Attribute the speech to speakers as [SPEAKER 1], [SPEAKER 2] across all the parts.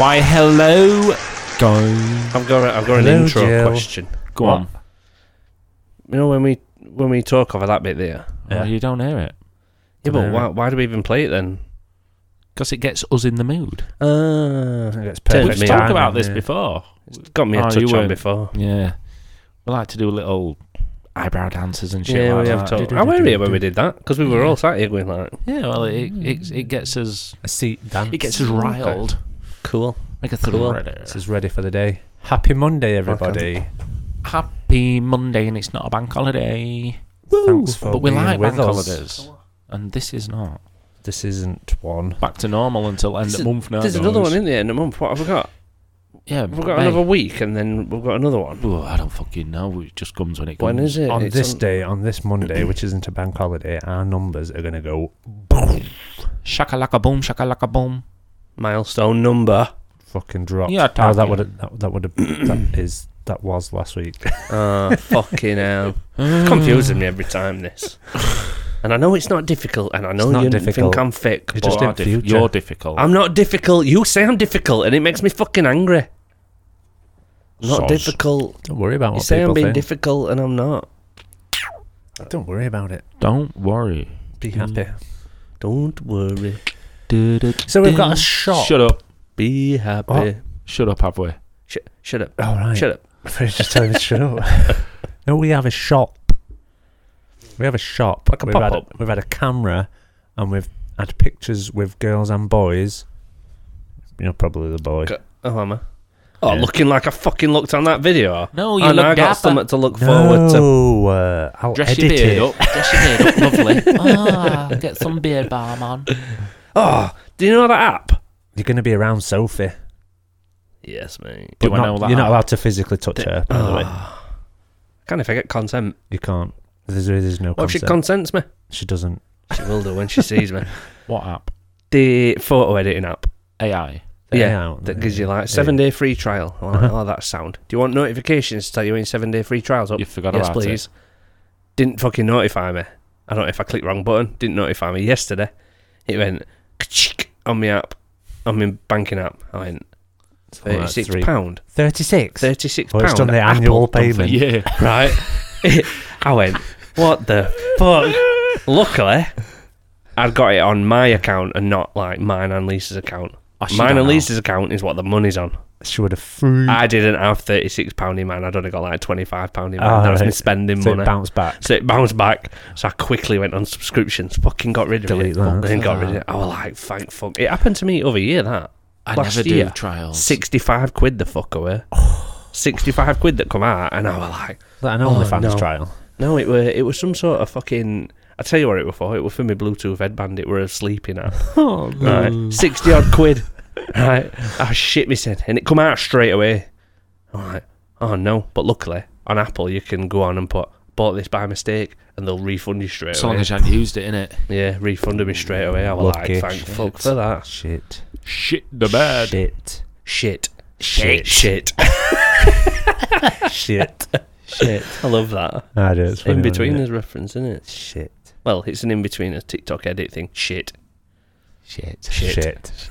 [SPEAKER 1] Why, hello, guys.
[SPEAKER 2] I've got a, I've got an
[SPEAKER 3] Hello,
[SPEAKER 2] intro
[SPEAKER 3] Jill.
[SPEAKER 2] question.
[SPEAKER 1] Go
[SPEAKER 3] What?
[SPEAKER 1] on.
[SPEAKER 2] You know when we when we talk over that bit there.
[SPEAKER 1] Yeah.
[SPEAKER 3] Well, you don't hear it
[SPEAKER 2] Yeah,
[SPEAKER 3] Dunno.
[SPEAKER 2] but why, why do we even play it then?
[SPEAKER 3] because it gets us in the mood.
[SPEAKER 1] Ah,
[SPEAKER 2] Uh, it's
[SPEAKER 3] We've
[SPEAKER 2] perfect.
[SPEAKER 3] talked
[SPEAKER 2] me out.
[SPEAKER 3] about this
[SPEAKER 2] Yeah.
[SPEAKER 3] before.
[SPEAKER 2] It's got me a
[SPEAKER 3] Oh, you
[SPEAKER 2] touch on
[SPEAKER 3] weren't.
[SPEAKER 2] before.
[SPEAKER 3] Yeah, we like to do little eyebrow dances and shit.
[SPEAKER 2] Yeah,
[SPEAKER 3] like
[SPEAKER 2] we have
[SPEAKER 3] that.
[SPEAKER 2] talked. I were here when we did that because we were all sat here going like,
[SPEAKER 3] Yeah, well, it it, it gets us
[SPEAKER 1] A seat dance.
[SPEAKER 3] it gets us riled.
[SPEAKER 2] cool.
[SPEAKER 3] Like a
[SPEAKER 1] Cool.
[SPEAKER 3] thriller.
[SPEAKER 1] This is ready for the day. Happy Monday, everybody.
[SPEAKER 3] Happy Monday, and it's not a bank holiday.
[SPEAKER 1] Thanks for
[SPEAKER 3] but we
[SPEAKER 1] being
[SPEAKER 3] like
[SPEAKER 1] with
[SPEAKER 3] bank
[SPEAKER 1] us.
[SPEAKER 3] holidays, and this is not
[SPEAKER 1] This isn't one.
[SPEAKER 3] back to normal until end
[SPEAKER 2] This
[SPEAKER 3] of
[SPEAKER 2] is-
[SPEAKER 3] month now.
[SPEAKER 2] There's
[SPEAKER 3] guys.
[SPEAKER 2] another one in the end of the month. What have we got?
[SPEAKER 3] Yeah,
[SPEAKER 2] We've got
[SPEAKER 3] May.
[SPEAKER 2] another week and then we've got another one.
[SPEAKER 3] Oh, I don't fucking know. It just comes when it comes.
[SPEAKER 2] When is it?
[SPEAKER 1] on
[SPEAKER 2] It's
[SPEAKER 1] this
[SPEAKER 2] on-
[SPEAKER 1] day, on this Monday, which isn't a bank holiday, our numbers are going to go
[SPEAKER 3] Shakalaka boom, shakalaka boom.
[SPEAKER 2] milestone number.
[SPEAKER 1] fucking drop.
[SPEAKER 3] Yeah,
[SPEAKER 1] oh, that
[SPEAKER 3] talking.
[SPEAKER 1] would that, that would that is that was last week.
[SPEAKER 2] Ah, fucking hell. It's confusing me every time, this. And I know it's not difficult, and I know
[SPEAKER 1] It's not
[SPEAKER 2] you
[SPEAKER 1] difficult.
[SPEAKER 2] think I'm thick,
[SPEAKER 1] It's
[SPEAKER 2] but
[SPEAKER 1] just
[SPEAKER 3] You are
[SPEAKER 1] in future.
[SPEAKER 3] you're difficult.
[SPEAKER 2] I'm not difficult. You say I'm difficult, and it makes me fucking angry. I'm not
[SPEAKER 3] Soz.
[SPEAKER 2] difficult.
[SPEAKER 1] Don't worry about what
[SPEAKER 2] You say I'm
[SPEAKER 1] people
[SPEAKER 2] being
[SPEAKER 1] think.
[SPEAKER 2] difficult, and I'm not.
[SPEAKER 1] Don't worry about it.
[SPEAKER 3] Don't worry.
[SPEAKER 1] Be happy.
[SPEAKER 2] Hmm. Don't worry.
[SPEAKER 1] So we've got a shop.
[SPEAKER 3] Shut up.
[SPEAKER 2] Be happy.
[SPEAKER 1] What?
[SPEAKER 3] Shut up, have we?
[SPEAKER 2] Sh- shut up.
[SPEAKER 1] All right.
[SPEAKER 2] Shut up.
[SPEAKER 1] Fred just telling me to shut up. No, we have a shop. We have a shop.
[SPEAKER 2] Like a
[SPEAKER 1] we've, had,
[SPEAKER 2] pop-up?
[SPEAKER 1] we've had a camera and we've had pictures with girls and boys. You know, probably the boy.
[SPEAKER 2] Go- Oh, am I? Oh,
[SPEAKER 1] Yeah. Oh,
[SPEAKER 2] looking like I fucking looked on that video. I
[SPEAKER 3] Oh, No,
[SPEAKER 2] know, I got
[SPEAKER 3] uh,
[SPEAKER 2] something to look forward to.
[SPEAKER 1] no, uh, I'll
[SPEAKER 3] Dress your
[SPEAKER 1] edit
[SPEAKER 3] beard
[SPEAKER 1] it.
[SPEAKER 3] up. Dress your beard up. Lovely. ah, get some beard balm on.
[SPEAKER 2] Oh, do you know that app?
[SPEAKER 1] You're going to be around Sophie.
[SPEAKER 2] Yes, mate.
[SPEAKER 3] Do
[SPEAKER 1] but
[SPEAKER 3] I
[SPEAKER 1] not-
[SPEAKER 3] know that
[SPEAKER 1] You're not
[SPEAKER 3] app?
[SPEAKER 1] allowed to physically touch her, by
[SPEAKER 2] Ah.
[SPEAKER 1] the way.
[SPEAKER 2] Can if I get consent?
[SPEAKER 1] You can't. There's, there's no
[SPEAKER 2] What if she
[SPEAKER 1] consent.
[SPEAKER 2] consents me?
[SPEAKER 1] she doesn't.
[SPEAKER 2] She will do when she sees me.
[SPEAKER 3] What app?
[SPEAKER 2] The photo editing app
[SPEAKER 3] AI.
[SPEAKER 2] Yeah,
[SPEAKER 1] Yeah.
[SPEAKER 2] that gives you like seven day free trial. I'm
[SPEAKER 1] Uh-huh.
[SPEAKER 2] like, oh, that's sound. Do you want notifications to tell you when your seven day free trial's up?
[SPEAKER 3] You forgot
[SPEAKER 2] yes,
[SPEAKER 3] about
[SPEAKER 2] please. Didn't fucking notify me. I don't know if I clicked wrong button. Didn't notify me yesterday. It went ka-chick on my app, on my banking app. I went
[SPEAKER 1] Something like
[SPEAKER 2] thirty-six
[SPEAKER 1] three-
[SPEAKER 2] pound,
[SPEAKER 1] 36.
[SPEAKER 2] thirty-six
[SPEAKER 1] Well,
[SPEAKER 2] pound.
[SPEAKER 1] it's done the annual payment.
[SPEAKER 3] it. Yeah.
[SPEAKER 2] right? I went, what the fuck? Luckily, I'd got it on my account and not like mine and Lisa's account.
[SPEAKER 3] Oh, she
[SPEAKER 2] mine
[SPEAKER 3] don't
[SPEAKER 2] and
[SPEAKER 3] know.
[SPEAKER 2] Lisa's account is what the money's on.
[SPEAKER 1] She would have threw
[SPEAKER 2] I didn't have thirty six pound in mine. I'd only got like twenty five pound in mine.
[SPEAKER 1] Ah,
[SPEAKER 2] that was my
[SPEAKER 1] right.
[SPEAKER 2] spending
[SPEAKER 1] so it
[SPEAKER 2] money.
[SPEAKER 1] bounced back.
[SPEAKER 2] so it bounced back. So I quickly went on subscriptions. Fucking got rid of
[SPEAKER 1] Delete
[SPEAKER 2] it.
[SPEAKER 1] that.
[SPEAKER 2] Then got rid of it. I was like, thank fuck. It happened to me over year
[SPEAKER 3] Ah.
[SPEAKER 2] that
[SPEAKER 3] I
[SPEAKER 2] Last
[SPEAKER 3] never
[SPEAKER 2] year,
[SPEAKER 3] do trials.
[SPEAKER 2] sixty five quid the fuck away. Sixty five quid that come out, and I was like.
[SPEAKER 1] Is that an
[SPEAKER 2] Oh,
[SPEAKER 1] OnlyFans
[SPEAKER 2] no.
[SPEAKER 1] trial?
[SPEAKER 2] No, it were it was some sort of fucking. I tell you what it were for. It were for my Bluetooth headband. It were a sleeping app.
[SPEAKER 1] Oh,
[SPEAKER 2] Right, sixty odd quid. Right, I shit myself, and it come out straight away. All right. Oh no! But luckily, on Apple, you can go on and put bought this by mistake, and they'll refund you straight
[SPEAKER 3] So long
[SPEAKER 2] away.
[SPEAKER 3] as you hadn't used it, innit?
[SPEAKER 2] yeah, refunded me straight away. I was
[SPEAKER 1] Lucky
[SPEAKER 2] like, thank
[SPEAKER 1] shit.
[SPEAKER 2] fuck for that.
[SPEAKER 1] Shit.
[SPEAKER 3] Shit the bed.
[SPEAKER 1] Shit. Shit.
[SPEAKER 2] Shit. Shit.
[SPEAKER 1] Shit.
[SPEAKER 2] Shit. I love that.
[SPEAKER 1] I do. It's funny,
[SPEAKER 2] In
[SPEAKER 1] isn't
[SPEAKER 2] between
[SPEAKER 1] it?
[SPEAKER 2] us reference, isn't it?
[SPEAKER 1] Shit.
[SPEAKER 2] Well, it's an in between us TikTok edit thing. Shit.
[SPEAKER 3] Shit.
[SPEAKER 2] Shit.
[SPEAKER 1] Shit.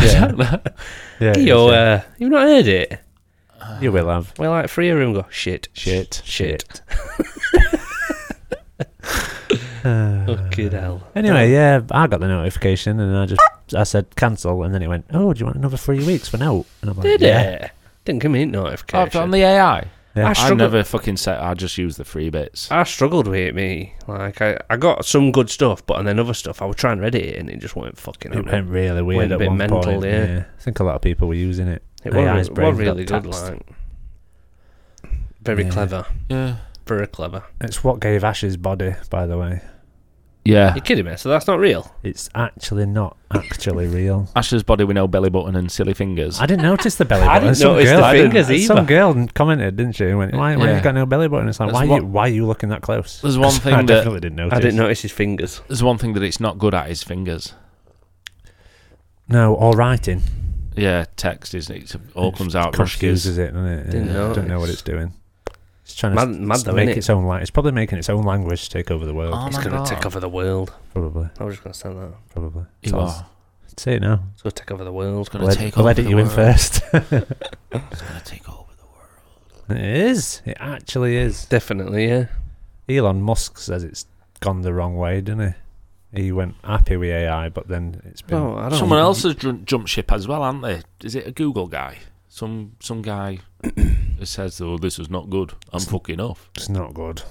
[SPEAKER 1] yeah. yeah it is,
[SPEAKER 2] Yo,
[SPEAKER 1] yeah.
[SPEAKER 2] uh, you've not heard it.
[SPEAKER 1] you will have.
[SPEAKER 2] We're like three of them go, shit,
[SPEAKER 3] Shit.
[SPEAKER 2] shit.
[SPEAKER 1] Uh,
[SPEAKER 2] Fucking hell.
[SPEAKER 1] anyway, yeah, I got the notification and I just I said cancel and then it went, oh, do you want another three weeks? We're out. And I'm like,
[SPEAKER 2] Did
[SPEAKER 1] yeah.
[SPEAKER 2] it? Didn't give me a
[SPEAKER 3] Oh,
[SPEAKER 2] notification.
[SPEAKER 3] on the AI.
[SPEAKER 1] Yeah.
[SPEAKER 2] I
[SPEAKER 3] I
[SPEAKER 2] struggled.
[SPEAKER 3] never fucking set. I just use the free bits.
[SPEAKER 2] I struggled with it, me. Like I, I got some good stuff, but and then other stuff I was trying to edit it and it just went fucking.
[SPEAKER 1] It
[SPEAKER 2] It,
[SPEAKER 1] went really weird
[SPEAKER 2] Went a
[SPEAKER 1] at
[SPEAKER 2] bit
[SPEAKER 1] one
[SPEAKER 2] mental,
[SPEAKER 1] point.
[SPEAKER 2] yeah.
[SPEAKER 1] I think a lot of people were using it.
[SPEAKER 2] it
[SPEAKER 1] AI
[SPEAKER 2] was,
[SPEAKER 1] is
[SPEAKER 2] it
[SPEAKER 1] brave
[SPEAKER 2] was really
[SPEAKER 1] dot
[SPEAKER 2] good.
[SPEAKER 1] text.
[SPEAKER 2] Like very
[SPEAKER 1] Yeah.
[SPEAKER 2] clever,
[SPEAKER 3] Yeah.
[SPEAKER 2] very clever.
[SPEAKER 1] It's what gave Ash's body, by the way.
[SPEAKER 3] Yeah.
[SPEAKER 2] You're kidding me. So that's not real.
[SPEAKER 1] It's actually not actually real.
[SPEAKER 3] Ash's body with no belly button and silly fingers.
[SPEAKER 1] I didn't notice the belly
[SPEAKER 2] I
[SPEAKER 1] button.
[SPEAKER 2] didn't
[SPEAKER 1] some
[SPEAKER 2] notice
[SPEAKER 1] girl,
[SPEAKER 2] the fingers
[SPEAKER 1] Some
[SPEAKER 2] either.
[SPEAKER 1] girl commented, didn't she? Went, why, why
[SPEAKER 3] Yeah.
[SPEAKER 1] you got no belly button? It's like,
[SPEAKER 3] There's
[SPEAKER 1] why,
[SPEAKER 3] one-
[SPEAKER 1] you, why are you looking that close?
[SPEAKER 3] There's one
[SPEAKER 1] I
[SPEAKER 3] thing that
[SPEAKER 1] definitely didn't notice.
[SPEAKER 2] I didn't notice his fingers.
[SPEAKER 3] there's one thing that it's not good at is fingers.
[SPEAKER 1] No, or writing.
[SPEAKER 3] Yeah, text is it all comes out rushes.
[SPEAKER 1] confuses it, doesn't it?
[SPEAKER 2] Didn't
[SPEAKER 1] Yeah,
[SPEAKER 2] know.
[SPEAKER 1] Don't know what it's doing. It's trying
[SPEAKER 2] Mad-
[SPEAKER 1] to s-
[SPEAKER 2] mad though,
[SPEAKER 1] make
[SPEAKER 2] innit?
[SPEAKER 1] its own language. It's probably making its own language take over the world.
[SPEAKER 3] Um,
[SPEAKER 4] Oh
[SPEAKER 2] It's
[SPEAKER 4] my
[SPEAKER 2] going
[SPEAKER 4] God.
[SPEAKER 2] to take over the world.
[SPEAKER 1] Probably,
[SPEAKER 2] I was just going to say that.
[SPEAKER 1] probably.
[SPEAKER 3] You
[SPEAKER 1] So I'll
[SPEAKER 3] are.
[SPEAKER 1] s- Say it now.
[SPEAKER 2] It's going to take over the world.
[SPEAKER 3] It's gonna
[SPEAKER 1] I'll ed-
[SPEAKER 3] take
[SPEAKER 1] I'll
[SPEAKER 3] over
[SPEAKER 1] edit
[SPEAKER 3] the
[SPEAKER 1] you in
[SPEAKER 3] world.
[SPEAKER 1] first.
[SPEAKER 3] It's gonna take over.
[SPEAKER 1] it is. It actually is.
[SPEAKER 2] Definitely, yeah.
[SPEAKER 1] Elon Musk says it's gone the wrong way, doesn't he? He went happy with AI, but then it's been.
[SPEAKER 2] No, Oh, I don't
[SPEAKER 3] Someone else has dr- jumped ship as well, aren't they? Is it a Google guy? Some some guy who says, "Oh, this is not good. I'm fucking off."
[SPEAKER 1] It's not good.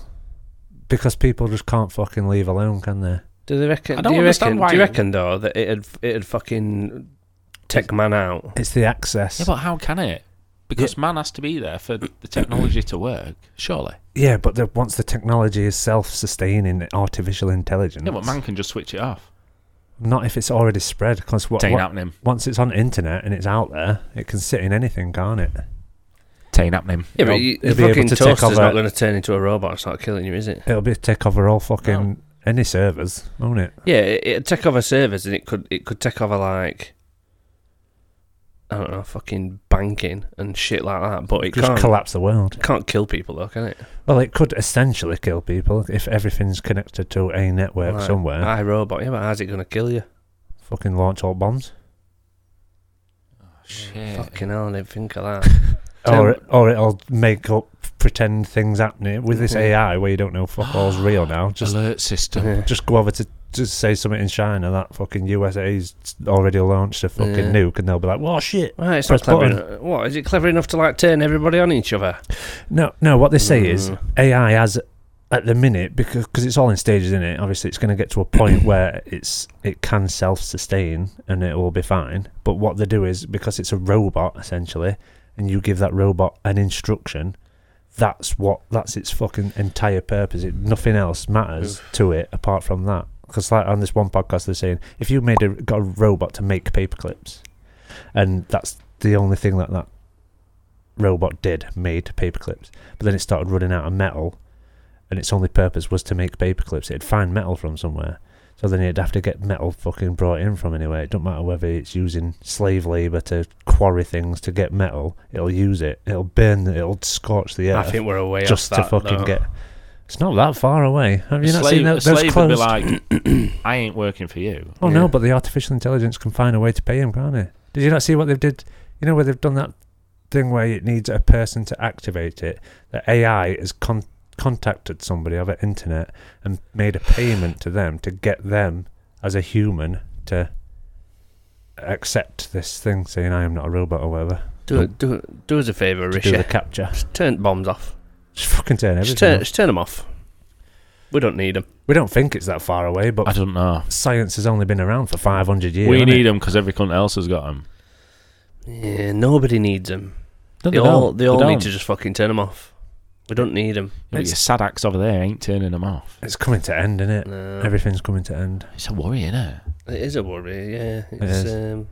[SPEAKER 1] Because people just can't fucking leave alone, can they?
[SPEAKER 2] Do they reckon?
[SPEAKER 3] I don't
[SPEAKER 2] do you
[SPEAKER 3] understand
[SPEAKER 2] reckon,
[SPEAKER 3] why-
[SPEAKER 2] Do you reckon though that it had it had fucking tech man out?
[SPEAKER 1] It's the access.
[SPEAKER 3] Yeah, but how can it? Because man has to be there for the technology to work, surely.
[SPEAKER 1] Yeah, but the, once the technology is self-sustaining, artificial intelligence.
[SPEAKER 3] Yeah, but man can just switch it off.
[SPEAKER 1] Not if it's already spread, because what,
[SPEAKER 3] It ain't
[SPEAKER 1] what-
[SPEAKER 3] happening.
[SPEAKER 1] once it's on internet and it's out there, it can sit in anything, can't it?
[SPEAKER 3] It ain't happening.
[SPEAKER 2] Yeah,
[SPEAKER 1] It'll-
[SPEAKER 2] but you,
[SPEAKER 1] it'll
[SPEAKER 2] the
[SPEAKER 1] be able
[SPEAKER 2] fucking
[SPEAKER 1] to take
[SPEAKER 2] toaster's
[SPEAKER 1] over-
[SPEAKER 2] not going to turn into a robot and start killing you, is it?
[SPEAKER 1] It'll be take over all fucking any servers, won't it?
[SPEAKER 2] Yeah, it, it'd take over servers and it could it could take over like I don't know, fucking banking and shit like that. But it
[SPEAKER 1] Just
[SPEAKER 2] can't
[SPEAKER 1] collapse the world.
[SPEAKER 2] can't kill people though, can it?
[SPEAKER 1] Well, it could essentially kill people if everything's connected to a network
[SPEAKER 2] Like,
[SPEAKER 1] somewhere.
[SPEAKER 2] I robot. Yeah, but how's it going to kill you?
[SPEAKER 1] fucking launch all bombs,
[SPEAKER 3] Oh, Shit.
[SPEAKER 2] Fucking hell, I didn't think of that. Tell-
[SPEAKER 1] or or it'll make up pretend things happening with this
[SPEAKER 2] Mhm.
[SPEAKER 1] AI where you don't know fuck all's real now. Just
[SPEAKER 3] Alert system.
[SPEAKER 2] Yeah.
[SPEAKER 1] just go over to just say something in China that fucking USA's already launched a fucking
[SPEAKER 2] Yeah.
[SPEAKER 1] nuke, and they'll be like, "Well, shit."
[SPEAKER 2] Right, it's
[SPEAKER 1] Press
[SPEAKER 2] not clever.
[SPEAKER 1] button.
[SPEAKER 2] enough. What is it clever enough to like turn everybody on each other?
[SPEAKER 1] No, no. What they say is
[SPEAKER 2] Mm.
[SPEAKER 1] AI has at the minute because cause it's all in stages, isn't it? Obviously, it's going to get to a point where it's it can self-sustain and it will be fine. But what they do is because it's a robot essentially, and you give that robot an instruction. That's what that's its fucking entire purpose. It, nothing else matters to it apart from that. Because like on this one podcast, they're saying if you made a got a robot to make paperclips, and that's the only thing that that robot did made paperclips but then it started running out of metal, and its only purpose was to make paper clips. It'd find metal from somewhere, so then it'd have to get metal fucking brought in from anywhere. It don't matter whether it's using slave labor to quarry things to get metal. It'll use it. It'll burn. it, It'll scorch the
[SPEAKER 2] I
[SPEAKER 1] earth
[SPEAKER 2] think we're away
[SPEAKER 1] just
[SPEAKER 2] off
[SPEAKER 1] to
[SPEAKER 2] that,
[SPEAKER 1] fucking
[SPEAKER 2] though.
[SPEAKER 1] get. It's not that far away. Have you
[SPEAKER 3] a
[SPEAKER 1] not
[SPEAKER 3] slave,
[SPEAKER 1] seen
[SPEAKER 3] a
[SPEAKER 1] those, those
[SPEAKER 3] slave would be
[SPEAKER 1] closed?
[SPEAKER 3] like, I ain't working for you.
[SPEAKER 1] oh
[SPEAKER 2] Yeah.
[SPEAKER 1] no, but the artificial intelligence can find a way to pay him, can't it? Did you not see what they've did? You know where they've done that thing where it needs a person to activate it. The AI has con- contacted somebody over internet and made a payment to them to get them as a human to accept this thing, saying I am not a robot or whatever.
[SPEAKER 2] Do do do us a favour,
[SPEAKER 1] To do the
[SPEAKER 2] Rishi.
[SPEAKER 1] capture.
[SPEAKER 2] Just turn bombs off.
[SPEAKER 1] Just fucking turn everything.
[SPEAKER 2] Just uh, turn,
[SPEAKER 1] off.
[SPEAKER 2] just turn them off. We don't need them.
[SPEAKER 1] We don't think it's that far away, but
[SPEAKER 3] I don't know.
[SPEAKER 1] science has only been around for five hundred years.
[SPEAKER 3] we
[SPEAKER 1] hasn't
[SPEAKER 3] need
[SPEAKER 1] it?
[SPEAKER 3] them because every cunt else has got them.
[SPEAKER 2] Yeah, nobody needs them. They, all they, all need to just fucking turn them off. We don't need them.
[SPEAKER 3] Your sad acts over there ain't turning them off.
[SPEAKER 1] It's coming to end, isn't it?
[SPEAKER 2] No.
[SPEAKER 1] Everything's coming to end.
[SPEAKER 3] It's a worry, isn't it?
[SPEAKER 2] it is a worry. Yeah, it's,
[SPEAKER 1] is.
[SPEAKER 2] Um,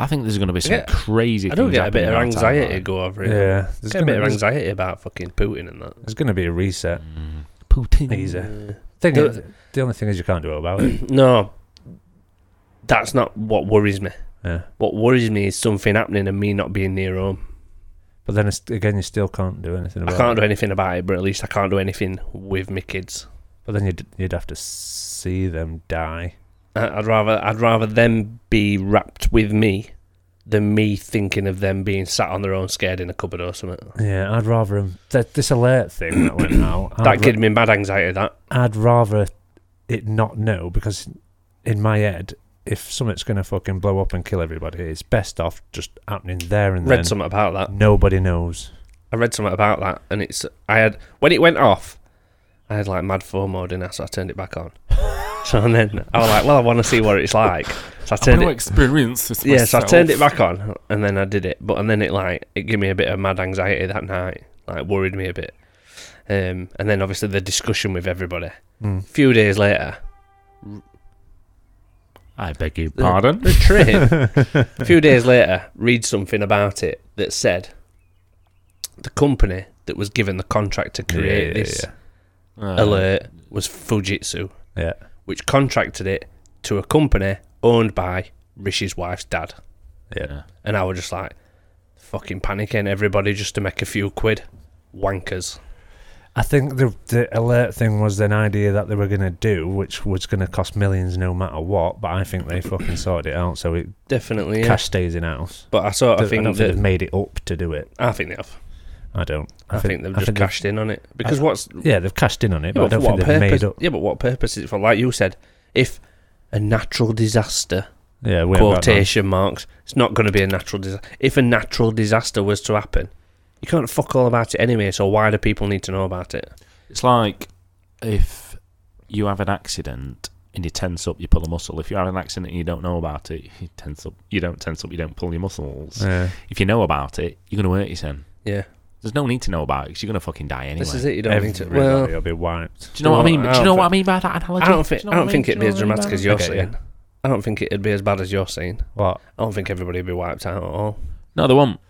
[SPEAKER 3] I think there's going to be some
[SPEAKER 2] get-
[SPEAKER 3] crazy.
[SPEAKER 2] I don't
[SPEAKER 3] things
[SPEAKER 2] get a bit of
[SPEAKER 3] happening outside
[SPEAKER 2] anxiety
[SPEAKER 3] that.
[SPEAKER 2] go over it.
[SPEAKER 1] Yeah,
[SPEAKER 2] I
[SPEAKER 1] there's
[SPEAKER 2] get a
[SPEAKER 1] gonna,
[SPEAKER 2] bit of
[SPEAKER 1] there's,
[SPEAKER 2] anxiety about fucking Putin and that.
[SPEAKER 1] there's gonna be a reset.
[SPEAKER 3] Mm. Putin.
[SPEAKER 1] Easy.
[SPEAKER 2] Yeah.
[SPEAKER 1] Thing
[SPEAKER 2] Do-
[SPEAKER 1] is, the only thing is you can't do it about it.
[SPEAKER 2] No, that's not what worries me.
[SPEAKER 1] Yeah,
[SPEAKER 2] What worries me is something happening and me not being near home.
[SPEAKER 1] but then it's, again, you still can't do anything about
[SPEAKER 2] I can't
[SPEAKER 1] it.
[SPEAKER 2] do anything about it, but at least I can't do anything with my kids.
[SPEAKER 1] But then you'd you'd have to see them die.
[SPEAKER 2] I- I'd rather I'd rather them be wrapped with me than me thinking of them being sat on their own scared in a cupboard or something.
[SPEAKER 1] Yeah, I'd rather 'em- th- this alert thing that went out. I'd,
[SPEAKER 2] That
[SPEAKER 1] ra-
[SPEAKER 2] gave me mad anxiety. That
[SPEAKER 1] I'd rather it not know because in my head, if something's gonna fucking blow up and kill everybody, it's best off just happening there and then.
[SPEAKER 2] read something about that.
[SPEAKER 1] Nobody knows.
[SPEAKER 2] I read something about that, and it's I had when it went off, I had like mad FOMO didn't I? So I turned it back on. so and then I was like, well, I want to see what it's like. So I turned it.
[SPEAKER 3] experience this.
[SPEAKER 2] Yeah, so I turned it back on, and then I did it. But and then it like it gave me a bit of mad anxiety that night. Like worried me a bit. Um, and then obviously the discussion with everybody.
[SPEAKER 1] Mm.
[SPEAKER 2] few days later,
[SPEAKER 3] I beg your
[SPEAKER 2] The-
[SPEAKER 3] pardon.
[SPEAKER 2] The train. a few days later, read something about it that said the company that was given the contract to create
[SPEAKER 1] Yeah,
[SPEAKER 2] this
[SPEAKER 3] Uh,
[SPEAKER 2] alert was Fujitsu,
[SPEAKER 1] Yeah.
[SPEAKER 2] which contracted it to a company owned by Rishi's wife's dad.
[SPEAKER 1] Yeah.
[SPEAKER 2] And I was just like, fucking panicking, everybody just to make a few quid. Wankers.
[SPEAKER 1] I think the the alert thing was an idea that they were going to do, which was going to cost millions no matter what. But I think they fucking sorted it out, so it
[SPEAKER 2] Definitely. yeah.
[SPEAKER 1] cash stays in house.
[SPEAKER 2] But I sort
[SPEAKER 1] I,
[SPEAKER 2] of think
[SPEAKER 1] don't
[SPEAKER 2] that.
[SPEAKER 1] think they've made it up to do it.
[SPEAKER 2] I think they have.
[SPEAKER 1] I don't.
[SPEAKER 2] I, think, they've just cashed in on it. Because what's
[SPEAKER 1] Yeah, they've cashed in on it,
[SPEAKER 2] Yeah,
[SPEAKER 1] but I
[SPEAKER 2] but,
[SPEAKER 1] don't
[SPEAKER 2] for what
[SPEAKER 1] think they've
[SPEAKER 2] purpose?
[SPEAKER 1] made up.
[SPEAKER 2] Yeah, but what purpose is it for? Like you said, if a natural disaster
[SPEAKER 1] Yeah, we haven't got none.
[SPEAKER 2] quotation marks, it's not going to be a natural disaster. If a natural disaster was to happen, you can't fuck all about it anyway. So why do people need to know about it?
[SPEAKER 3] It's like if you have an accident and you tense up, you pull a muscle. If you have an accident and you don't know about it, you tense up. You don't tense up. You don't pull your muscles.
[SPEAKER 1] Yeah.
[SPEAKER 3] If you know about it, you're gonna hurt yourself.
[SPEAKER 2] Yeah,
[SPEAKER 3] There's no need to know about it because you're gonna fucking die anyway.
[SPEAKER 2] this is it. You don't need to.
[SPEAKER 1] Everybody
[SPEAKER 2] Well,
[SPEAKER 1] will be wiped.
[SPEAKER 3] Do you know what I mean?
[SPEAKER 2] Well,
[SPEAKER 3] Do
[SPEAKER 2] I
[SPEAKER 3] you
[SPEAKER 2] don't
[SPEAKER 3] know
[SPEAKER 2] thi-
[SPEAKER 3] what I mean by that analogy?
[SPEAKER 2] I don't think
[SPEAKER 3] Do you
[SPEAKER 2] I
[SPEAKER 3] know
[SPEAKER 2] don't
[SPEAKER 3] what
[SPEAKER 2] think
[SPEAKER 3] mean?
[SPEAKER 2] it'd
[SPEAKER 3] Do
[SPEAKER 2] be
[SPEAKER 3] you
[SPEAKER 2] as
[SPEAKER 3] know what I mean
[SPEAKER 2] dramatic
[SPEAKER 3] by
[SPEAKER 2] as
[SPEAKER 3] that?
[SPEAKER 2] you're
[SPEAKER 1] Okay,
[SPEAKER 2] saying. I don't think it'd be as bad as you're saying.
[SPEAKER 1] What?
[SPEAKER 2] I don't think everybody would be wiped out at all.
[SPEAKER 3] No, they won't.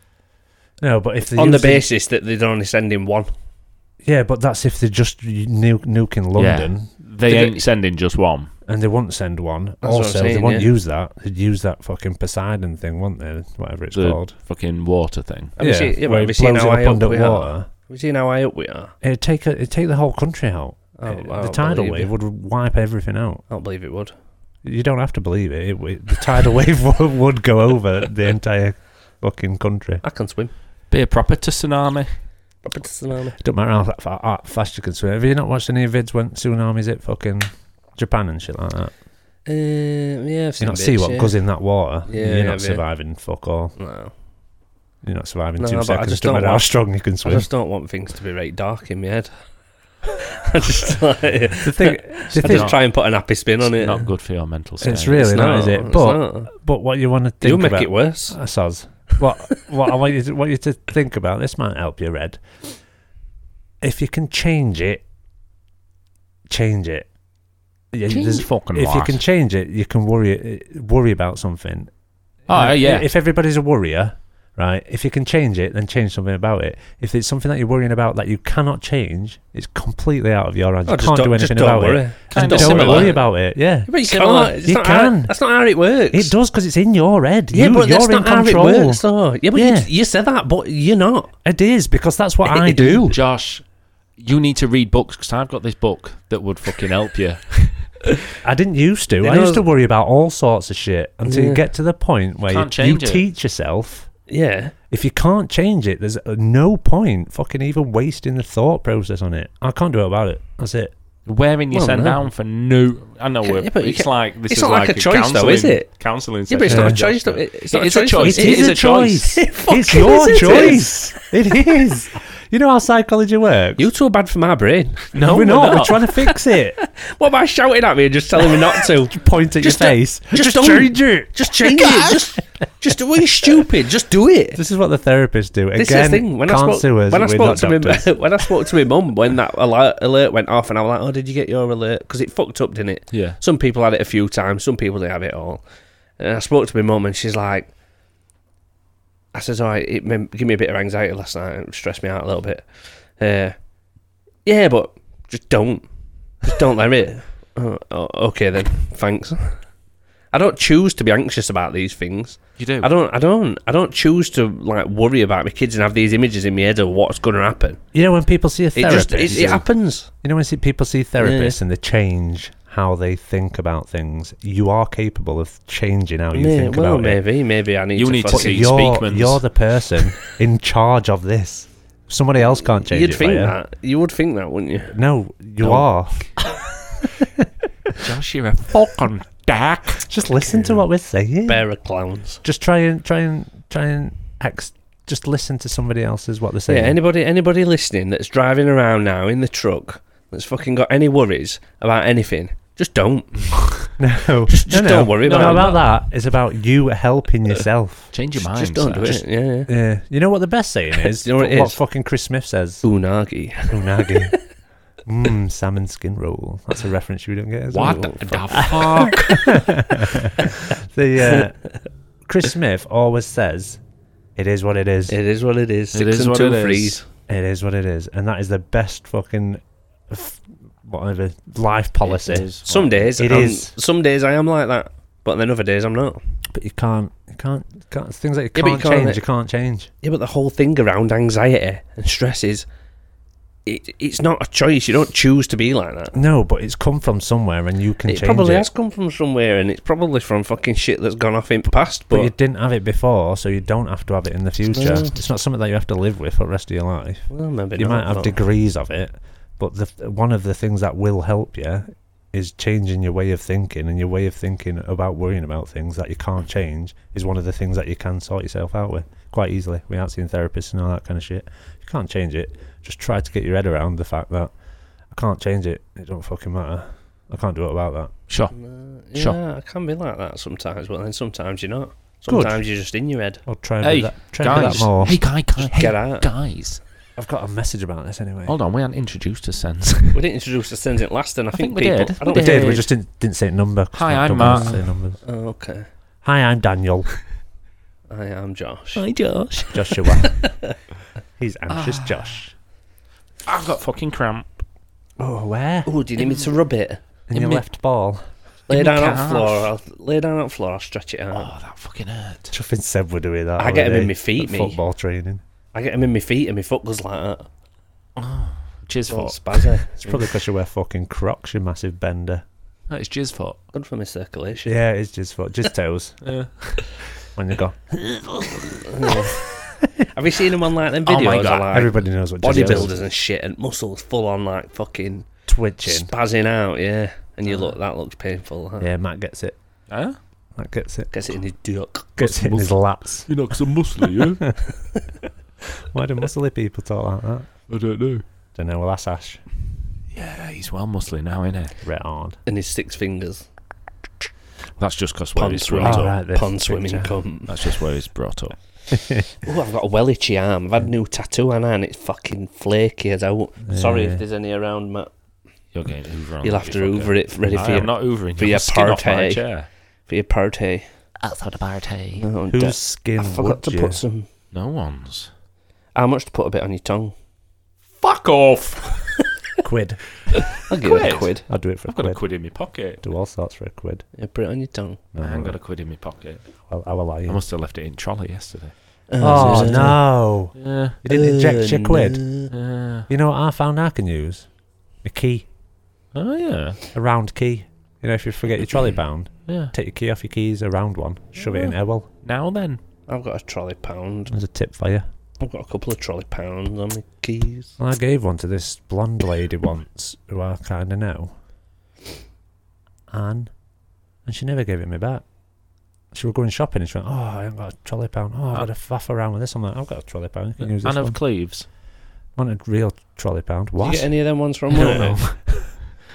[SPEAKER 1] No, but if they
[SPEAKER 2] On the
[SPEAKER 1] use it-
[SPEAKER 2] basis that they'd only send in one.
[SPEAKER 1] yeah, but that's if they're just nu- nuking London
[SPEAKER 3] They
[SPEAKER 2] Did
[SPEAKER 3] ain't
[SPEAKER 2] it-
[SPEAKER 3] sending just one.
[SPEAKER 1] and they won't send one.
[SPEAKER 2] what I'm
[SPEAKER 1] also, they
[SPEAKER 2] saying,
[SPEAKER 1] won't
[SPEAKER 2] yeah.
[SPEAKER 1] use that. They'd use that fucking Poseidon thing, won't they? Whatever it's
[SPEAKER 3] The-
[SPEAKER 1] called.
[SPEAKER 3] Fucking water thing.
[SPEAKER 2] Have you seen- yeah, but
[SPEAKER 1] where
[SPEAKER 2] have you
[SPEAKER 1] it
[SPEAKER 2] seen
[SPEAKER 1] blows
[SPEAKER 2] how
[SPEAKER 1] it
[SPEAKER 2] high
[SPEAKER 1] up
[SPEAKER 2] up we are?
[SPEAKER 1] underwater.
[SPEAKER 2] Have you seen how high up we are?
[SPEAKER 1] It'd take a, it'd take the whole country out.
[SPEAKER 2] I don't- I
[SPEAKER 1] the
[SPEAKER 2] don't
[SPEAKER 1] tidal
[SPEAKER 2] believe
[SPEAKER 1] wave
[SPEAKER 2] it.
[SPEAKER 1] would wipe everything out.
[SPEAKER 2] I don't believe it would.
[SPEAKER 1] You don't have to believe it. it, w the tidal wave would, would go over the entire fucking country.
[SPEAKER 2] I can swim.
[SPEAKER 3] Be a proper to tsunami.
[SPEAKER 2] Up into tsunami.
[SPEAKER 1] Don't matter how, fa- how fast you can swim. Have you not watched any vids when tsunamis hit fucking Japan and shit like that?
[SPEAKER 2] Um, yeah, I've
[SPEAKER 1] You
[SPEAKER 2] seen
[SPEAKER 1] not
[SPEAKER 2] bits,
[SPEAKER 1] see what
[SPEAKER 2] yeah.
[SPEAKER 1] goes in that water.
[SPEAKER 2] Yeah,
[SPEAKER 1] You're
[SPEAKER 2] yeah,
[SPEAKER 1] not
[SPEAKER 2] I've been-
[SPEAKER 1] surviving. Fuck all.
[SPEAKER 2] No,
[SPEAKER 1] You're not surviving
[SPEAKER 2] No,
[SPEAKER 1] two
[SPEAKER 2] but I
[SPEAKER 1] seconds.
[SPEAKER 2] just
[SPEAKER 1] don't
[SPEAKER 2] don't
[SPEAKER 1] matter how
[SPEAKER 2] want-
[SPEAKER 1] strong you can
[SPEAKER 2] I
[SPEAKER 1] swim.
[SPEAKER 2] just don't want things to be right dark in my head. I just, like,
[SPEAKER 1] the thing, the
[SPEAKER 2] I
[SPEAKER 1] thing,
[SPEAKER 2] just try and put an happy spin on
[SPEAKER 3] It's
[SPEAKER 2] it.
[SPEAKER 3] not good for your mental state.
[SPEAKER 1] It's really not, is it? But- but what you want to think
[SPEAKER 2] you'll make
[SPEAKER 1] about,
[SPEAKER 2] it worse.
[SPEAKER 1] That's us. What what I want you to want you to think about. This might help you, Red. If you can change it, change it. Yeah,
[SPEAKER 3] It's
[SPEAKER 1] there's-
[SPEAKER 3] fucking
[SPEAKER 1] if you
[SPEAKER 3] life.
[SPEAKER 1] can change it, you can worry worry about something.
[SPEAKER 3] Oh,
[SPEAKER 1] Like,
[SPEAKER 3] yeah.
[SPEAKER 1] If everybody's a worrier, right? If you can change it, then change something about it. If it's something that you're worrying about that you cannot change, it's completely out of your hands.
[SPEAKER 2] Oh,
[SPEAKER 1] you
[SPEAKER 2] just
[SPEAKER 1] can't
[SPEAKER 2] don't-
[SPEAKER 1] do
[SPEAKER 2] just
[SPEAKER 1] anything
[SPEAKER 2] don't
[SPEAKER 1] about
[SPEAKER 2] worry.
[SPEAKER 1] it.
[SPEAKER 3] Kinda
[SPEAKER 1] Just don't
[SPEAKER 3] similar.
[SPEAKER 1] worry about it. Yeah.
[SPEAKER 2] But you
[SPEAKER 3] Similar.
[SPEAKER 2] can't. It's
[SPEAKER 1] You
[SPEAKER 2] not
[SPEAKER 1] can.
[SPEAKER 2] How, that's not how it works.
[SPEAKER 1] It does because it's in your head.
[SPEAKER 2] Yeah,
[SPEAKER 1] you,
[SPEAKER 2] but
[SPEAKER 1] you're
[SPEAKER 2] that's
[SPEAKER 1] in
[SPEAKER 2] not
[SPEAKER 1] control.
[SPEAKER 2] how it works, though. Yeah, but
[SPEAKER 1] Yeah.
[SPEAKER 2] You, you said that, but you're not.
[SPEAKER 1] It is because that's what I do.
[SPEAKER 3] Josh, you need to read books because I've got this book that would fucking help you.
[SPEAKER 1] I didn't used to.
[SPEAKER 2] You
[SPEAKER 1] I
[SPEAKER 2] know-
[SPEAKER 1] used to worry about all sorts of shit until
[SPEAKER 2] Yeah.
[SPEAKER 1] you get to the point where
[SPEAKER 3] Can't
[SPEAKER 1] you, you
[SPEAKER 3] change it.
[SPEAKER 1] teach yourself.
[SPEAKER 2] Yeah.
[SPEAKER 1] If you can't change it, there's uh, no point fucking even wasting the thought process on it. I can't do it about it. That's it.
[SPEAKER 3] Wearing
[SPEAKER 2] Well,
[SPEAKER 3] yourself
[SPEAKER 2] no.
[SPEAKER 3] down for no. I know we're,
[SPEAKER 2] Yeah, but you
[SPEAKER 3] it's
[SPEAKER 2] can't-
[SPEAKER 3] like this
[SPEAKER 2] it's
[SPEAKER 3] is
[SPEAKER 2] not like a choice, though, is
[SPEAKER 3] counselling-
[SPEAKER 2] it?
[SPEAKER 3] Counselling.
[SPEAKER 2] Yeah, but it's
[SPEAKER 3] session.
[SPEAKER 2] not a choice. Though. It- It's not
[SPEAKER 3] It is a choice.
[SPEAKER 2] It is a
[SPEAKER 3] choice.
[SPEAKER 2] It
[SPEAKER 1] it's
[SPEAKER 2] fucking
[SPEAKER 1] your
[SPEAKER 2] is, it
[SPEAKER 1] choice. It is. You know how psychology works.
[SPEAKER 2] You two are bad for my brain.
[SPEAKER 1] no, we're not. We're trying to fix it.
[SPEAKER 2] What about shouting at me and just telling me not to?
[SPEAKER 1] Point at
[SPEAKER 2] Just
[SPEAKER 1] your
[SPEAKER 2] don't-
[SPEAKER 1] face.
[SPEAKER 2] just don't-
[SPEAKER 1] change it.
[SPEAKER 2] Just change it. Just, just do it. You're stupid. Just do it.
[SPEAKER 1] This is what the therapists do. Again,
[SPEAKER 2] This is the thing. When I
[SPEAKER 1] can't
[SPEAKER 2] spoke,
[SPEAKER 1] sue us.
[SPEAKER 2] when I
[SPEAKER 1] we're
[SPEAKER 2] spoke
[SPEAKER 1] not
[SPEAKER 2] to
[SPEAKER 1] doctors.
[SPEAKER 2] my when I spoke to my mum when that alert, alert went off, and I was like, "Oh, did you get your alert?" Because it fucked up, didn't it?
[SPEAKER 3] Yeah.
[SPEAKER 2] Some people had it a few times. Some people didn't have it all. And I spoke to my mum, and she's like, "I says, all right, it made, gave me a bit of anxiety last night. It stressed me out a little bit. Uh, yeah, but just don't, just don't let it. Oh, oh, okay then, thanks. I don't choose to be anxious about these things.
[SPEAKER 3] You do.
[SPEAKER 2] I don't, I don't, I don't choose to like worry about my kids and have these images in my head of what's going to happen.
[SPEAKER 1] You know when people see a
[SPEAKER 2] It
[SPEAKER 1] therapist,
[SPEAKER 2] just, it, it happens.
[SPEAKER 1] you know when see, people see therapists and they change how they think about things. You are capable of changing how you
[SPEAKER 2] Yeah,
[SPEAKER 1] think
[SPEAKER 2] well,
[SPEAKER 1] about it.
[SPEAKER 2] maybe, maybe I need
[SPEAKER 3] You
[SPEAKER 2] to.
[SPEAKER 3] need to
[SPEAKER 1] But
[SPEAKER 2] fucking-
[SPEAKER 3] see
[SPEAKER 1] you're,
[SPEAKER 3] Speakmans.
[SPEAKER 1] you're the person in charge of this. Somebody else can't change
[SPEAKER 2] You'd
[SPEAKER 1] it.
[SPEAKER 2] think
[SPEAKER 1] for you.
[SPEAKER 2] that. You would think that, wouldn't you?
[SPEAKER 1] No, you
[SPEAKER 2] No.
[SPEAKER 1] are.
[SPEAKER 3] Josh, you're a fucking dick.
[SPEAKER 1] Just listen to what we're saying.
[SPEAKER 2] Bear of clowns.
[SPEAKER 1] Just try and try and try and ex- just listen to somebody else's what they're
[SPEAKER 2] So yeah,
[SPEAKER 1] saying.
[SPEAKER 2] anybody, anybody listening that's driving around now in the truck that's fucking got any worries about anything, just don't.
[SPEAKER 1] no,
[SPEAKER 2] just
[SPEAKER 1] no, no.
[SPEAKER 2] don't worry
[SPEAKER 1] No,
[SPEAKER 2] about
[SPEAKER 1] no,
[SPEAKER 2] it.
[SPEAKER 1] that. It's about you helping yourself.
[SPEAKER 3] Change your
[SPEAKER 2] Just-
[SPEAKER 3] mind.
[SPEAKER 2] Just don't do
[SPEAKER 3] Just-
[SPEAKER 2] it. Yeah. yeah.
[SPEAKER 1] yeah, you know what the best saying is.
[SPEAKER 2] You know what it
[SPEAKER 1] what
[SPEAKER 2] is?
[SPEAKER 1] fucking Chris Smith says.
[SPEAKER 2] Unagi.
[SPEAKER 1] Unagi. mmm, salmon skin roll. That's a reference you don't get. As
[SPEAKER 2] What
[SPEAKER 1] well.
[SPEAKER 2] the fuck?
[SPEAKER 1] The uh, Chris Smith always says, "It is what it is.
[SPEAKER 2] it is what it is. Six
[SPEAKER 3] It is
[SPEAKER 2] and
[SPEAKER 3] what
[SPEAKER 2] two
[SPEAKER 3] it is.
[SPEAKER 2] threes.
[SPEAKER 1] it is what it is," and that is the best fucking f- whatever life policy.
[SPEAKER 3] It is what-
[SPEAKER 2] Some days
[SPEAKER 1] It
[SPEAKER 2] I'm-
[SPEAKER 1] is.
[SPEAKER 2] Some days I am like that, but then other days I'm not.
[SPEAKER 1] But you can't, you can't, you can't things that you
[SPEAKER 2] Yeah,
[SPEAKER 1] can't,
[SPEAKER 2] but you can't,
[SPEAKER 1] change.
[SPEAKER 2] like-
[SPEAKER 1] You can't change.
[SPEAKER 2] Yeah, but the whole thing around anxiety and stress is, it, it's not a choice. You don't choose to be like that.
[SPEAKER 1] No, but it's come from somewhere, and you can
[SPEAKER 2] It
[SPEAKER 1] change
[SPEAKER 2] probably
[SPEAKER 1] it.
[SPEAKER 2] has come from somewhere, and it's probably from fucking shit that's gone off in the past.
[SPEAKER 1] But,
[SPEAKER 2] But,
[SPEAKER 1] you didn't have it before, so you don't have to have it in the future.
[SPEAKER 2] Yeah.
[SPEAKER 1] It's not something that you have to live with for the rest of your life.
[SPEAKER 2] well, maybe
[SPEAKER 1] you
[SPEAKER 2] not,
[SPEAKER 1] might have
[SPEAKER 2] but-
[SPEAKER 1] degrees of it, but the, one of the things that will help you is changing your way of thinking, and your way of thinking about worrying about things that you can't change is one of the things that you can sort yourself out with quite easily. We aren't seeing therapists and all that kind of shit. You can't change it. Just try to get your head around the fact that I can't change it. It don't fucking matter. I can't do it about that.
[SPEAKER 3] Sure.
[SPEAKER 2] Yeah,
[SPEAKER 3] Sure.
[SPEAKER 2] I can be like that sometimes, but then sometimes you're not.
[SPEAKER 1] Good.
[SPEAKER 2] Sometimes you're just in your head.
[SPEAKER 1] I'll try and
[SPEAKER 3] Hey,
[SPEAKER 1] do that. Try and do
[SPEAKER 3] guys.
[SPEAKER 1] that more.
[SPEAKER 4] Hey, guy, guy, hey,
[SPEAKER 2] Get out.
[SPEAKER 4] guys.
[SPEAKER 1] I've got a message about this anyway.
[SPEAKER 3] Hold on, we haven't introduced a sense.
[SPEAKER 2] We didn't introduce the sins at last, and I,
[SPEAKER 3] I
[SPEAKER 2] think,
[SPEAKER 3] think we
[SPEAKER 2] people.
[SPEAKER 3] did.
[SPEAKER 2] I don't
[SPEAKER 1] We
[SPEAKER 3] We
[SPEAKER 1] did. We
[SPEAKER 3] did.
[SPEAKER 1] just didn't didn't say numbers.
[SPEAKER 3] Hi, I'm Mark.
[SPEAKER 2] Oh, okay.
[SPEAKER 1] Hi, I'm Daniel.
[SPEAKER 2] I am Josh.
[SPEAKER 4] Hi, Josh.
[SPEAKER 1] Joshua. He's
[SPEAKER 2] Ah.
[SPEAKER 1] anxious, Josh.
[SPEAKER 3] I've got fucking cramp.
[SPEAKER 1] Oh, where?
[SPEAKER 2] Oh, do you need me
[SPEAKER 1] Um,
[SPEAKER 2] to rub it?
[SPEAKER 1] In,
[SPEAKER 3] in
[SPEAKER 1] your
[SPEAKER 3] me-
[SPEAKER 1] left ball.
[SPEAKER 2] Lay
[SPEAKER 3] me
[SPEAKER 2] down on the
[SPEAKER 3] calf.
[SPEAKER 2] floor. I'll lay down on the floor. I'll stretch it out.
[SPEAKER 3] Oh, that fucking hurt.
[SPEAKER 1] Chuffin said we're doing that.
[SPEAKER 2] I get him
[SPEAKER 1] holiday
[SPEAKER 2] in my feet,
[SPEAKER 1] at
[SPEAKER 2] me.
[SPEAKER 1] Football training.
[SPEAKER 2] I get him in my feet, and my foot goes like that.
[SPEAKER 3] Jizz foot.
[SPEAKER 2] Don't spaz it.
[SPEAKER 1] It's probably because you wear fucking Crocs, you massive bender.
[SPEAKER 3] No, it's jizz foot.
[SPEAKER 2] Good for my circulation.
[SPEAKER 1] Yeah, it's just foot, just toes. When you go,
[SPEAKER 2] Have you seen them on like them
[SPEAKER 3] Oh my
[SPEAKER 2] videos?
[SPEAKER 3] God.
[SPEAKER 2] of, like,
[SPEAKER 1] everybody knows what just toes-
[SPEAKER 2] bodybuilders and shit, and muscles full on like fucking
[SPEAKER 1] twitching.
[SPEAKER 2] spazzing out. Yeah, and you
[SPEAKER 3] Ah.
[SPEAKER 2] look that looks painful. Huh?
[SPEAKER 1] Yeah, Matt gets it.
[SPEAKER 3] Huh?
[SPEAKER 1] Matt gets it.
[SPEAKER 2] Gets it in his duck.
[SPEAKER 1] Gets it in his lats.
[SPEAKER 3] You're not some muscly, yeah?
[SPEAKER 1] Why do muscly people talk like that?
[SPEAKER 3] I don't know.
[SPEAKER 1] Don't know. Well, that's Ash.
[SPEAKER 3] Yeah, he's well muscly now, isn't he?
[SPEAKER 1] Red on.
[SPEAKER 2] And his six fingers.
[SPEAKER 3] That's just because
[SPEAKER 2] Pond
[SPEAKER 3] where he's
[SPEAKER 2] swimming.
[SPEAKER 3] brought up.
[SPEAKER 1] Oh, right, this
[SPEAKER 2] Pond swimming
[SPEAKER 1] picture.
[SPEAKER 2] cum.
[SPEAKER 3] That's just where he's brought up.
[SPEAKER 2] Oh, I've got a well itchy arm. I've had a new tattoo on it and it's fucking flaky as out. Sorry
[SPEAKER 1] Yeah.
[SPEAKER 2] if there's any around, Matt.
[SPEAKER 3] You're getting Hoover on.
[SPEAKER 2] You'll have to hoover it ready
[SPEAKER 3] Oh, I
[SPEAKER 2] for your,
[SPEAKER 3] am not hoovering.
[SPEAKER 2] for
[SPEAKER 3] You'll
[SPEAKER 2] your
[SPEAKER 3] skin off my
[SPEAKER 2] party.
[SPEAKER 3] chair.
[SPEAKER 2] for your party.
[SPEAKER 4] Outside the party.
[SPEAKER 2] No, I'm
[SPEAKER 1] Whose
[SPEAKER 2] dead.
[SPEAKER 1] skin
[SPEAKER 2] I
[SPEAKER 1] would
[SPEAKER 2] forgot to
[SPEAKER 1] you?
[SPEAKER 2] put some.
[SPEAKER 3] No one's.
[SPEAKER 2] How much to put a bit on your tongue?
[SPEAKER 3] Fuck off!
[SPEAKER 1] quid?
[SPEAKER 2] I'll give it a
[SPEAKER 3] Quid?
[SPEAKER 2] quid.
[SPEAKER 1] I'll do it for
[SPEAKER 3] I've
[SPEAKER 1] a
[SPEAKER 3] got
[SPEAKER 1] quid.
[SPEAKER 3] a quid in my pocket.
[SPEAKER 1] Do all sorts for a quid.
[SPEAKER 2] Yeah, put it on your tongue.
[SPEAKER 1] No,
[SPEAKER 3] I
[SPEAKER 1] I
[SPEAKER 3] ain't got a quid in my pocket.
[SPEAKER 1] will I will lie.
[SPEAKER 3] I
[SPEAKER 1] You.
[SPEAKER 3] must have left it in trolley yesterday.
[SPEAKER 1] Oh no!
[SPEAKER 3] Yeah.
[SPEAKER 1] You didn't inject your quid.
[SPEAKER 2] no.
[SPEAKER 3] Yeah.
[SPEAKER 1] You know what I found I can use? A key,
[SPEAKER 3] Oh yeah.
[SPEAKER 1] a round key. You know, if you forget your trolley bound,
[SPEAKER 3] Yeah.
[SPEAKER 1] take your key off your keys, a round one, shove it in Ewell.
[SPEAKER 3] Now then.
[SPEAKER 2] I've got a trolley pound.
[SPEAKER 1] There's a tip for you.
[SPEAKER 2] I've got a couple of trolley pounds on my keys.
[SPEAKER 1] I gave one to this blonde lady once, who I kind of know, and and she never gave it me back. She was going shopping and she went, "Oh, I haven't got a trolley pound. Oh, I've got to faff around with this." I'm like, "I've got a trolley pound. You can use this
[SPEAKER 3] Anne
[SPEAKER 1] one."
[SPEAKER 3] of Cleves.
[SPEAKER 1] Want a real trolley pound?
[SPEAKER 2] Did you
[SPEAKER 1] What?
[SPEAKER 2] get any of them ones from
[SPEAKER 1] I don't
[SPEAKER 2] work?
[SPEAKER 1] know.
[SPEAKER 3] I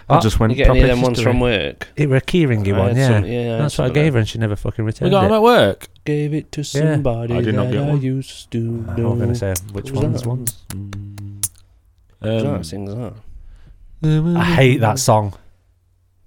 [SPEAKER 1] Oh,
[SPEAKER 3] just
[SPEAKER 2] Did
[SPEAKER 3] went.
[SPEAKER 2] you get any of
[SPEAKER 3] proper
[SPEAKER 2] them ones
[SPEAKER 3] history.
[SPEAKER 2] from work?
[SPEAKER 1] It were a key ringy
[SPEAKER 2] I
[SPEAKER 1] one,
[SPEAKER 2] had
[SPEAKER 1] yeah.
[SPEAKER 2] some-
[SPEAKER 3] Uh,
[SPEAKER 2] yeah, I had
[SPEAKER 1] That's what I
[SPEAKER 2] some of
[SPEAKER 1] gave
[SPEAKER 2] them.
[SPEAKER 1] her, and she never fucking
[SPEAKER 3] We
[SPEAKER 1] returned
[SPEAKER 3] got
[SPEAKER 1] it.
[SPEAKER 3] them at work.
[SPEAKER 2] Gave it to somebody
[SPEAKER 3] I did not
[SPEAKER 2] that
[SPEAKER 3] get
[SPEAKER 2] I
[SPEAKER 3] one.
[SPEAKER 2] used to
[SPEAKER 1] I
[SPEAKER 2] know.
[SPEAKER 1] was going to say which
[SPEAKER 2] What was
[SPEAKER 1] ones.
[SPEAKER 2] that?
[SPEAKER 1] ones.
[SPEAKER 2] Do you know
[SPEAKER 3] Um, Mm.
[SPEAKER 2] what sings that?
[SPEAKER 1] I hate that song.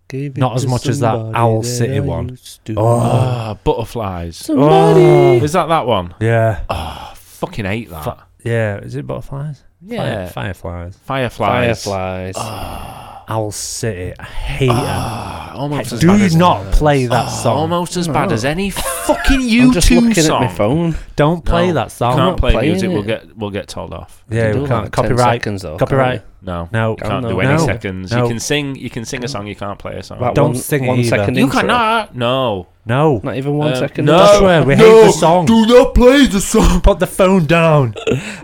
[SPEAKER 2] Gave it
[SPEAKER 1] Not as
[SPEAKER 2] to
[SPEAKER 1] much as that
[SPEAKER 2] somebody
[SPEAKER 1] Owl
[SPEAKER 2] that
[SPEAKER 1] City
[SPEAKER 2] I
[SPEAKER 1] one. Oh.
[SPEAKER 2] used to know. Oh.
[SPEAKER 3] Ah, butterflies.
[SPEAKER 1] Somebody-
[SPEAKER 3] Is that that one?
[SPEAKER 1] Oh. Yeah.
[SPEAKER 3] Oh, fucking hate that.
[SPEAKER 1] Fu- Yeah. Is it butterflies?
[SPEAKER 3] yeah.
[SPEAKER 1] Fire, fireflies.
[SPEAKER 3] Fireflies.
[SPEAKER 2] Fireflies.
[SPEAKER 1] Oh. Owl City. I hate
[SPEAKER 3] Ah, almost
[SPEAKER 1] it.
[SPEAKER 3] as bad
[SPEAKER 1] Do
[SPEAKER 3] as Ah,
[SPEAKER 1] not play that song.
[SPEAKER 3] Almost as bad
[SPEAKER 2] No.
[SPEAKER 3] as any fucking
[SPEAKER 2] I'm just
[SPEAKER 3] YouTube
[SPEAKER 2] looking
[SPEAKER 3] song.
[SPEAKER 2] at my phone.
[SPEAKER 1] Don't play
[SPEAKER 3] No.
[SPEAKER 1] that song.
[SPEAKER 3] Can't play
[SPEAKER 2] playing
[SPEAKER 3] music.
[SPEAKER 2] it.
[SPEAKER 3] We'll get we'll get told off.
[SPEAKER 1] Yeah,
[SPEAKER 2] Can
[SPEAKER 1] we
[SPEAKER 2] do
[SPEAKER 1] can't.
[SPEAKER 2] like 10
[SPEAKER 1] Copyright.
[SPEAKER 2] seconds, though,
[SPEAKER 1] copyright.
[SPEAKER 2] can't
[SPEAKER 3] No,
[SPEAKER 1] No.
[SPEAKER 2] Can't
[SPEAKER 3] can't
[SPEAKER 2] no.
[SPEAKER 3] do any
[SPEAKER 1] No.
[SPEAKER 3] seconds.
[SPEAKER 1] No.
[SPEAKER 3] You can sing. You can sing a song. You can't play a song.
[SPEAKER 2] we? That
[SPEAKER 1] Don't
[SPEAKER 2] one-
[SPEAKER 1] sing it
[SPEAKER 2] one
[SPEAKER 1] either.
[SPEAKER 2] second
[SPEAKER 3] you
[SPEAKER 2] intro.
[SPEAKER 3] cannot. No.
[SPEAKER 1] No.
[SPEAKER 2] Not even one
[SPEAKER 3] Um,
[SPEAKER 2] second
[SPEAKER 3] no.
[SPEAKER 2] intro.
[SPEAKER 1] Joshua, we hate the song.
[SPEAKER 3] Do not play the song.
[SPEAKER 1] Put the phone down.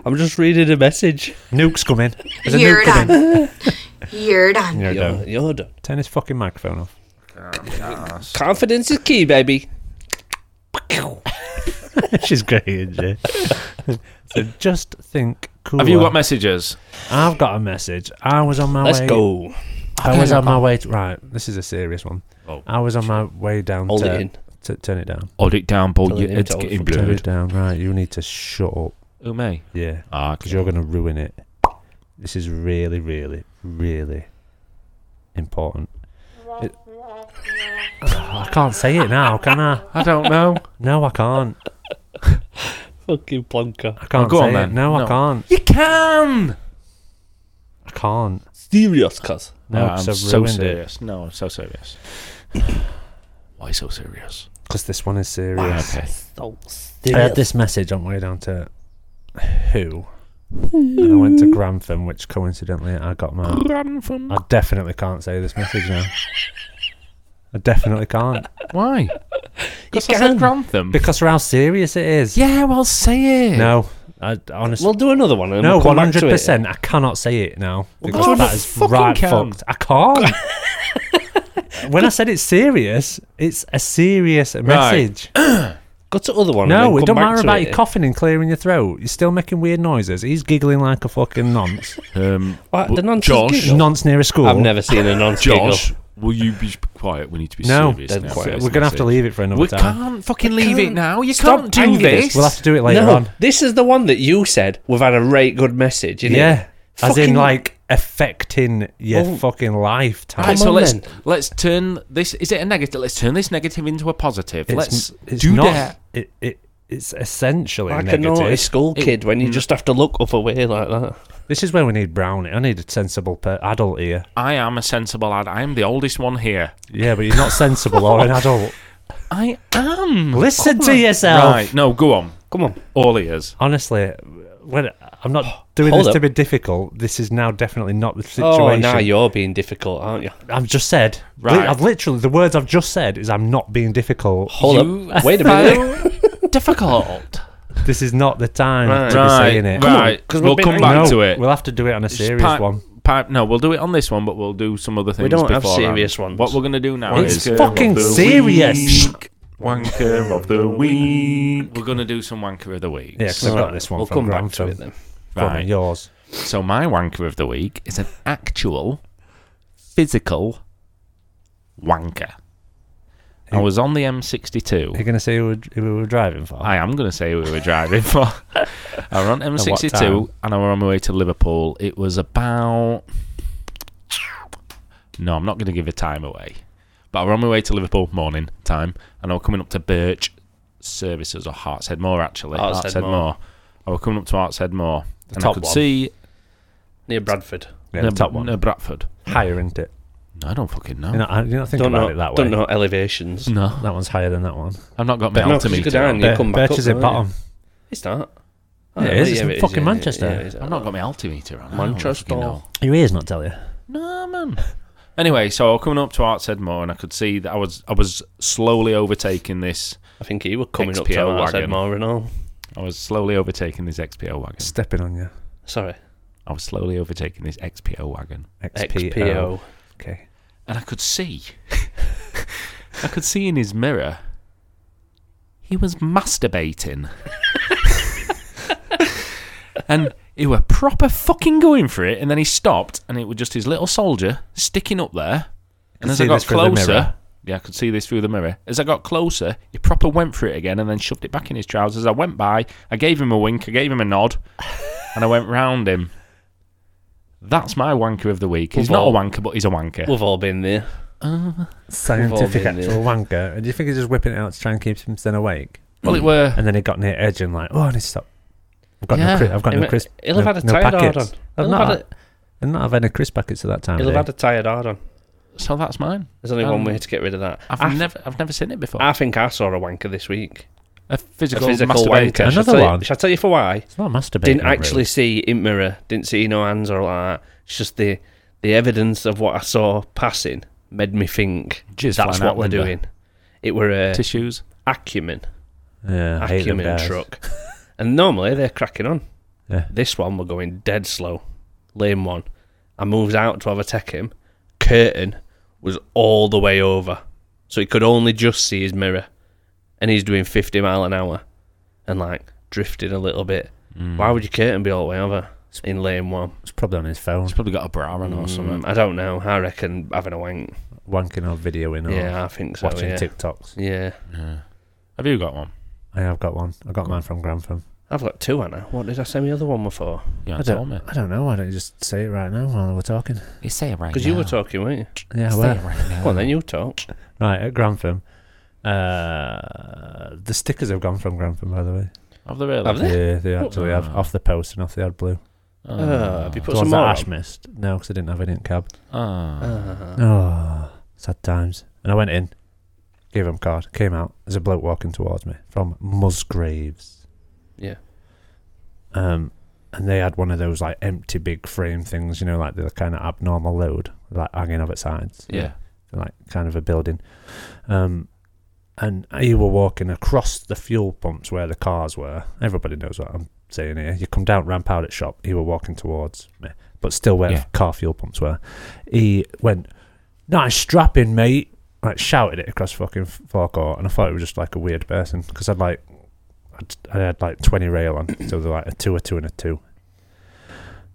[SPEAKER 2] I'm just reading a message.
[SPEAKER 1] Nuke's coming. There's a
[SPEAKER 5] You're
[SPEAKER 1] nuke coming.
[SPEAKER 5] You're done.
[SPEAKER 1] You're
[SPEAKER 2] You're,
[SPEAKER 1] done.
[SPEAKER 2] you're done.
[SPEAKER 1] Turn his fucking microphone off.
[SPEAKER 2] Confidence is key, baby.
[SPEAKER 1] She's great, isn't she? so just think cool.
[SPEAKER 3] Have you got messages?
[SPEAKER 1] I've got a message. I was on my
[SPEAKER 2] Let's
[SPEAKER 1] way.
[SPEAKER 2] go.
[SPEAKER 1] I was on my way. To, right, this is a serious one.
[SPEAKER 3] Oh.
[SPEAKER 1] I was on my way down
[SPEAKER 2] Hold
[SPEAKER 1] to,
[SPEAKER 2] it in.
[SPEAKER 1] to turn it down.
[SPEAKER 3] Hold it down, boy.
[SPEAKER 2] Tell
[SPEAKER 3] you-
[SPEAKER 2] him
[SPEAKER 3] It's
[SPEAKER 2] to hold
[SPEAKER 3] getting
[SPEAKER 2] it.
[SPEAKER 1] Turn it
[SPEAKER 3] blurred.
[SPEAKER 1] down. Right, you need to shut up.
[SPEAKER 3] Who me?
[SPEAKER 1] Yeah,
[SPEAKER 3] Ah,
[SPEAKER 1] because you're going to ruin it. This is really, really, really important. It- I can't say it now, can I?
[SPEAKER 3] I don't know.
[SPEAKER 1] No, I can't.
[SPEAKER 2] Fucking plonker.
[SPEAKER 1] I can't
[SPEAKER 3] go
[SPEAKER 1] say
[SPEAKER 3] on
[SPEAKER 1] it.
[SPEAKER 3] then.
[SPEAKER 1] No, I
[SPEAKER 3] No.
[SPEAKER 1] can't.
[SPEAKER 3] you can.
[SPEAKER 1] I can't.
[SPEAKER 2] Serious, cuz.
[SPEAKER 1] No,
[SPEAKER 3] Ah, I'm
[SPEAKER 1] because I've
[SPEAKER 3] so
[SPEAKER 1] ruined it.
[SPEAKER 3] serious. No, I'm so serious. Why so serious?
[SPEAKER 1] Because this one is serious.
[SPEAKER 3] Okay.
[SPEAKER 2] So
[SPEAKER 1] I had
[SPEAKER 2] serious.
[SPEAKER 1] this message on the way down to who, and I went to Grantham, which coincidentally I got my.
[SPEAKER 3] Run from.
[SPEAKER 1] I definitely can't say this message now. I definitely can't
[SPEAKER 3] Why? Because I
[SPEAKER 2] can.
[SPEAKER 3] said Grantham.
[SPEAKER 1] because of how serious it is.
[SPEAKER 3] yeah, well, say it.
[SPEAKER 1] No, I honestly.
[SPEAKER 2] We'll do another one. And
[SPEAKER 1] no,
[SPEAKER 2] we'll
[SPEAKER 1] one
[SPEAKER 2] come back to
[SPEAKER 1] hundred
[SPEAKER 2] it.
[SPEAKER 1] percent. I cannot say it now because
[SPEAKER 3] God,
[SPEAKER 1] that
[SPEAKER 3] you
[SPEAKER 1] is
[SPEAKER 3] fucking
[SPEAKER 1] right
[SPEAKER 3] can.
[SPEAKER 1] fucked. I can't. when I said it's serious, it's a serious message.
[SPEAKER 2] Go to other one. and
[SPEAKER 1] No,
[SPEAKER 2] then
[SPEAKER 1] it
[SPEAKER 2] come
[SPEAKER 1] don't
[SPEAKER 2] back
[SPEAKER 1] matter
[SPEAKER 2] to
[SPEAKER 1] about
[SPEAKER 2] it.
[SPEAKER 1] you coughing and clearing your throat. You're still making weird noises. He's giggling like a fucking nonce.
[SPEAKER 3] Um,
[SPEAKER 2] What, the
[SPEAKER 3] but
[SPEAKER 2] nonsense
[SPEAKER 3] Josh,
[SPEAKER 2] giggle?
[SPEAKER 1] nonce near a school.
[SPEAKER 2] I've never seen a non
[SPEAKER 3] Josh, will you be quiet? We need to be
[SPEAKER 1] No,
[SPEAKER 3] serious.
[SPEAKER 2] dead
[SPEAKER 3] now.
[SPEAKER 2] quiet.
[SPEAKER 3] Serious
[SPEAKER 1] We're gonna have to
[SPEAKER 3] message.
[SPEAKER 1] leave it for another
[SPEAKER 3] We
[SPEAKER 1] time.
[SPEAKER 3] can't fucking leave it now. You
[SPEAKER 2] Stop
[SPEAKER 3] can't do
[SPEAKER 2] hanging
[SPEAKER 3] this.
[SPEAKER 1] We'll have to do it later
[SPEAKER 2] No,
[SPEAKER 1] on.
[SPEAKER 2] this is the one that you said we've had a right good message. innit?
[SPEAKER 1] Yeah, as in
[SPEAKER 2] Fucking-
[SPEAKER 1] like affecting your
[SPEAKER 2] Oh.
[SPEAKER 1] fucking lifetime.
[SPEAKER 3] Right, so
[SPEAKER 2] on
[SPEAKER 3] let's
[SPEAKER 2] then.
[SPEAKER 3] let's turn this. Is it a negative? Let's turn this negative into a positive.
[SPEAKER 1] It's-
[SPEAKER 3] let's
[SPEAKER 1] it's
[SPEAKER 3] do
[SPEAKER 1] not-
[SPEAKER 3] that.
[SPEAKER 1] It, it, it's essentially
[SPEAKER 2] like a
[SPEAKER 1] negative. Mm.
[SPEAKER 2] naughty school kid when you just have to look up away like that.
[SPEAKER 1] This is where we need brownie. I need a sensible per- adult here.
[SPEAKER 3] I am a sensible lad. I am the oldest one here.
[SPEAKER 1] Yeah, but you're not sensible or an adult.
[SPEAKER 3] I
[SPEAKER 2] Mm.
[SPEAKER 3] am.
[SPEAKER 1] Listen to yourself.
[SPEAKER 3] Right. No, go on.
[SPEAKER 2] Come on.
[SPEAKER 3] All ears.
[SPEAKER 1] Honestly, when I'm not doing
[SPEAKER 2] Oh, Hold
[SPEAKER 1] this to
[SPEAKER 2] up.
[SPEAKER 1] be difficult. This is now definitely not the situation.
[SPEAKER 2] Oh, now you're being difficult, aren't you?
[SPEAKER 1] I've just said. Right.
[SPEAKER 3] Right.
[SPEAKER 1] I've literally the words I've just said is I'm not being difficult.
[SPEAKER 2] Hold up. uh, Wait a minute.
[SPEAKER 3] minute. difficult.
[SPEAKER 1] This is not the time to be
[SPEAKER 3] Right.
[SPEAKER 1] saying it.
[SPEAKER 3] Right.
[SPEAKER 2] 'cause we've
[SPEAKER 3] we'll
[SPEAKER 2] been
[SPEAKER 3] come
[SPEAKER 2] hanging-
[SPEAKER 3] back
[SPEAKER 1] No,
[SPEAKER 3] to it.
[SPEAKER 1] We'll have to do it on a serious
[SPEAKER 3] pipe,
[SPEAKER 1] one.
[SPEAKER 3] Pipe, no, we'll do it on this one, but we'll do some other things.
[SPEAKER 2] don't have
[SPEAKER 3] beforehand.
[SPEAKER 2] serious ones.
[SPEAKER 3] What we're gonna do now
[SPEAKER 1] It's
[SPEAKER 3] is
[SPEAKER 1] fucking serious.
[SPEAKER 3] wanker eh, of the week. We're gonna do some wanker of the week.
[SPEAKER 1] Yeah, 'cause I've got
[SPEAKER 2] Alright,
[SPEAKER 1] this one
[SPEAKER 2] We'll
[SPEAKER 1] from
[SPEAKER 2] come back to
[SPEAKER 1] Grantham.
[SPEAKER 2] it then.
[SPEAKER 1] Go on,
[SPEAKER 3] Right.
[SPEAKER 1] yours.
[SPEAKER 3] So my wanker of the week is an actual physical wanker. I was on the
[SPEAKER 1] Are you
[SPEAKER 3] M62.
[SPEAKER 1] going to say who we were- who we were driving for?
[SPEAKER 3] I am going to say we were driving for. I were on M62
[SPEAKER 1] time?
[SPEAKER 3] and I were on my way to Liverpool. It was about. No, I'm not going to give a time away. But I were on my way to Liverpool morning time and I were coming up to Birch Services or Heartshead Moor actually.
[SPEAKER 2] Hartshead Moor.
[SPEAKER 3] I were coming up to Heartshead Moor and I
[SPEAKER 1] top
[SPEAKER 3] could
[SPEAKER 1] one.
[SPEAKER 3] see
[SPEAKER 2] Near Bradford.
[SPEAKER 1] yeah, the
[SPEAKER 3] Neb-
[SPEAKER 1] top one.
[SPEAKER 3] Neb- Bradford.
[SPEAKER 1] Higher, isn't it?
[SPEAKER 3] I don't fucking know.
[SPEAKER 1] You know, I- you don't think
[SPEAKER 2] Don't
[SPEAKER 1] about
[SPEAKER 2] know,
[SPEAKER 1] it that way.
[SPEAKER 2] don't know elevations.
[SPEAKER 3] No,
[SPEAKER 1] That one's higher than that one.
[SPEAKER 3] I've not got my
[SPEAKER 2] No, 'cause you go
[SPEAKER 3] altimeter.
[SPEAKER 2] down,
[SPEAKER 3] on.
[SPEAKER 2] You
[SPEAKER 1] Bir-
[SPEAKER 2] come back
[SPEAKER 1] Birch
[SPEAKER 2] up
[SPEAKER 1] is at
[SPEAKER 2] though,
[SPEAKER 1] bottom.
[SPEAKER 2] It's not. Oh,
[SPEAKER 1] Yeah, it is. It's in fucking Manchester.
[SPEAKER 3] I've not got my altimeter on. I don't
[SPEAKER 2] Manchester.
[SPEAKER 3] fucking know.
[SPEAKER 1] Your ears not tell you.
[SPEAKER 3] No, man. Anyway, so coming up to Artshead Moor, and I could see that I was I was slowly overtaking this.
[SPEAKER 2] I think he were coming up to
[SPEAKER 3] XPO
[SPEAKER 2] our
[SPEAKER 3] wagon.
[SPEAKER 2] said more and all.
[SPEAKER 3] I was slowly overtaking this XPO wagon.
[SPEAKER 1] Stepping on you.
[SPEAKER 2] Sorry.
[SPEAKER 3] I was slowly overtaking this XPO wagon,
[SPEAKER 1] XPO.
[SPEAKER 2] XPO.
[SPEAKER 1] Okay.
[SPEAKER 3] and I could see. I could see in his mirror. He was masturbating, and he were proper fucking going for it. And then he stopped, and it was just his little soldier sticking up there. And as
[SPEAKER 1] see
[SPEAKER 3] I got
[SPEAKER 1] this through the
[SPEAKER 3] closer,
[SPEAKER 1] mirror.
[SPEAKER 3] yeah, I could see this through the mirror. As I got closer, he proper went for it again and then shoved it back in his trousers. I went by, I gave him a wink, I gave him a nod, and I went round him. That's my wanker of the week. He's
[SPEAKER 2] We've
[SPEAKER 3] not a
[SPEAKER 2] all-
[SPEAKER 3] wanker, but he's a wanker.
[SPEAKER 2] We've all been there.
[SPEAKER 1] Scientific
[SPEAKER 2] been there.
[SPEAKER 1] actual wanker. And do you think he's just whipping it out to try and keep himself awake?
[SPEAKER 3] Well, it were.
[SPEAKER 1] And then he got near edge and like, oh, I need to stop. I've got
[SPEAKER 3] Yeah.
[SPEAKER 1] no, cri- I've got
[SPEAKER 2] He'll-
[SPEAKER 1] no crisp.
[SPEAKER 2] he'll
[SPEAKER 1] no,
[SPEAKER 2] have had a
[SPEAKER 1] no
[SPEAKER 2] tired hard
[SPEAKER 1] packets.
[SPEAKER 2] on.
[SPEAKER 1] I've
[SPEAKER 2] He'll have had
[SPEAKER 1] not, I've not had any crisp packets at that time.
[SPEAKER 2] He'll
[SPEAKER 1] of
[SPEAKER 2] have had
[SPEAKER 1] day.
[SPEAKER 2] a tired hard on.
[SPEAKER 3] So that's mine.
[SPEAKER 2] There's only
[SPEAKER 3] Um,
[SPEAKER 2] one way to get rid of that.
[SPEAKER 3] I've
[SPEAKER 2] I,
[SPEAKER 3] never, I've never seen it before.
[SPEAKER 2] I think I saw a wanker this week.
[SPEAKER 3] a
[SPEAKER 2] A
[SPEAKER 3] physical,
[SPEAKER 2] physical
[SPEAKER 3] masturbator.
[SPEAKER 2] wanker.
[SPEAKER 1] Another
[SPEAKER 2] shall I tell you-
[SPEAKER 1] one?
[SPEAKER 2] Shall I tell you for why?
[SPEAKER 1] It's not masturbating.
[SPEAKER 2] Didn't
[SPEAKER 1] really.
[SPEAKER 2] actually see in mirror. Didn't see no hands or like that. It's just the the evidence of what I saw passing made me think
[SPEAKER 3] Jizz
[SPEAKER 2] that's
[SPEAKER 3] flying out
[SPEAKER 2] what we're
[SPEAKER 3] window.
[SPEAKER 2] doing. It were a
[SPEAKER 3] Tissues.
[SPEAKER 2] acumen,
[SPEAKER 1] Yeah, I hate them
[SPEAKER 2] acumen
[SPEAKER 1] guys.
[SPEAKER 2] truck, and normally they're cracking on.
[SPEAKER 1] Yeah.
[SPEAKER 2] This one we're going dead slow, lame one. I moved out to have a tech him. Curtain was all the way over, so he could only just see his mirror, and he's doing fifty mile an hour, and like drifting a little bit. Why would your curtain be all the way over in lane one?
[SPEAKER 1] Mm. It's probably on his phone,
[SPEAKER 3] He's probably got a bra on or something.
[SPEAKER 2] Mm, I don't know. I reckon having a wank.
[SPEAKER 1] wanking or videoing or
[SPEAKER 2] yeah, I think so.
[SPEAKER 1] watching
[SPEAKER 2] yeah.
[SPEAKER 3] Mm.
[SPEAKER 1] TikToks.
[SPEAKER 2] yeah.
[SPEAKER 3] Have you got one?
[SPEAKER 1] I have got one. I got mine from Grantham.
[SPEAKER 2] I've got two, Anna. What did I send the other one before?
[SPEAKER 3] Yeah,
[SPEAKER 1] I
[SPEAKER 3] I told me.
[SPEAKER 1] don't, I don't know. Why don't you just say it right now while we're talking?
[SPEAKER 4] You say it right
[SPEAKER 2] Because you were talking, weren't you?
[SPEAKER 1] Yeah,
[SPEAKER 4] Say it
[SPEAKER 1] well.
[SPEAKER 4] right now.
[SPEAKER 2] Well, then you talk.
[SPEAKER 1] Right, at Grantham. Uh, the stickers have gone from Grantham, by the way.
[SPEAKER 3] Have they really?
[SPEAKER 2] Have they?
[SPEAKER 1] Yeah, they actually have.
[SPEAKER 3] Oh.
[SPEAKER 1] Off the post and off the ad blue.
[SPEAKER 3] Oh.
[SPEAKER 2] Uh, have you
[SPEAKER 1] The
[SPEAKER 2] put
[SPEAKER 1] ones
[SPEAKER 2] some
[SPEAKER 1] that
[SPEAKER 2] more?
[SPEAKER 1] Ash
[SPEAKER 2] on?
[SPEAKER 1] missed. No, because I didn't have it in cab.
[SPEAKER 3] Oh.
[SPEAKER 2] Ah.
[SPEAKER 1] Oh, sad times. And I went in, gave him a card, came out. There's a bloke walking towards me from Musgraves.
[SPEAKER 2] Yeah.
[SPEAKER 1] Um, and they had one of those like empty big frame things, you know, like the kind of abnormal load, like hanging off at sides.
[SPEAKER 3] yeah.
[SPEAKER 1] Like kind of a building. Um, and you were walking across the fuel pumps where the cars were. Everybody knows what I'm saying here. You come down Ramp Outlet Shop, you were walking towards me, but still where
[SPEAKER 3] Yeah.
[SPEAKER 1] car fuel pumps were. He went, Nice strapping, mate. Like shouted it across fucking forecourt, and I thought it was just like a weird person because I'd like, I'd, I had like 20 rail on, so they're like a two, a two, and a two.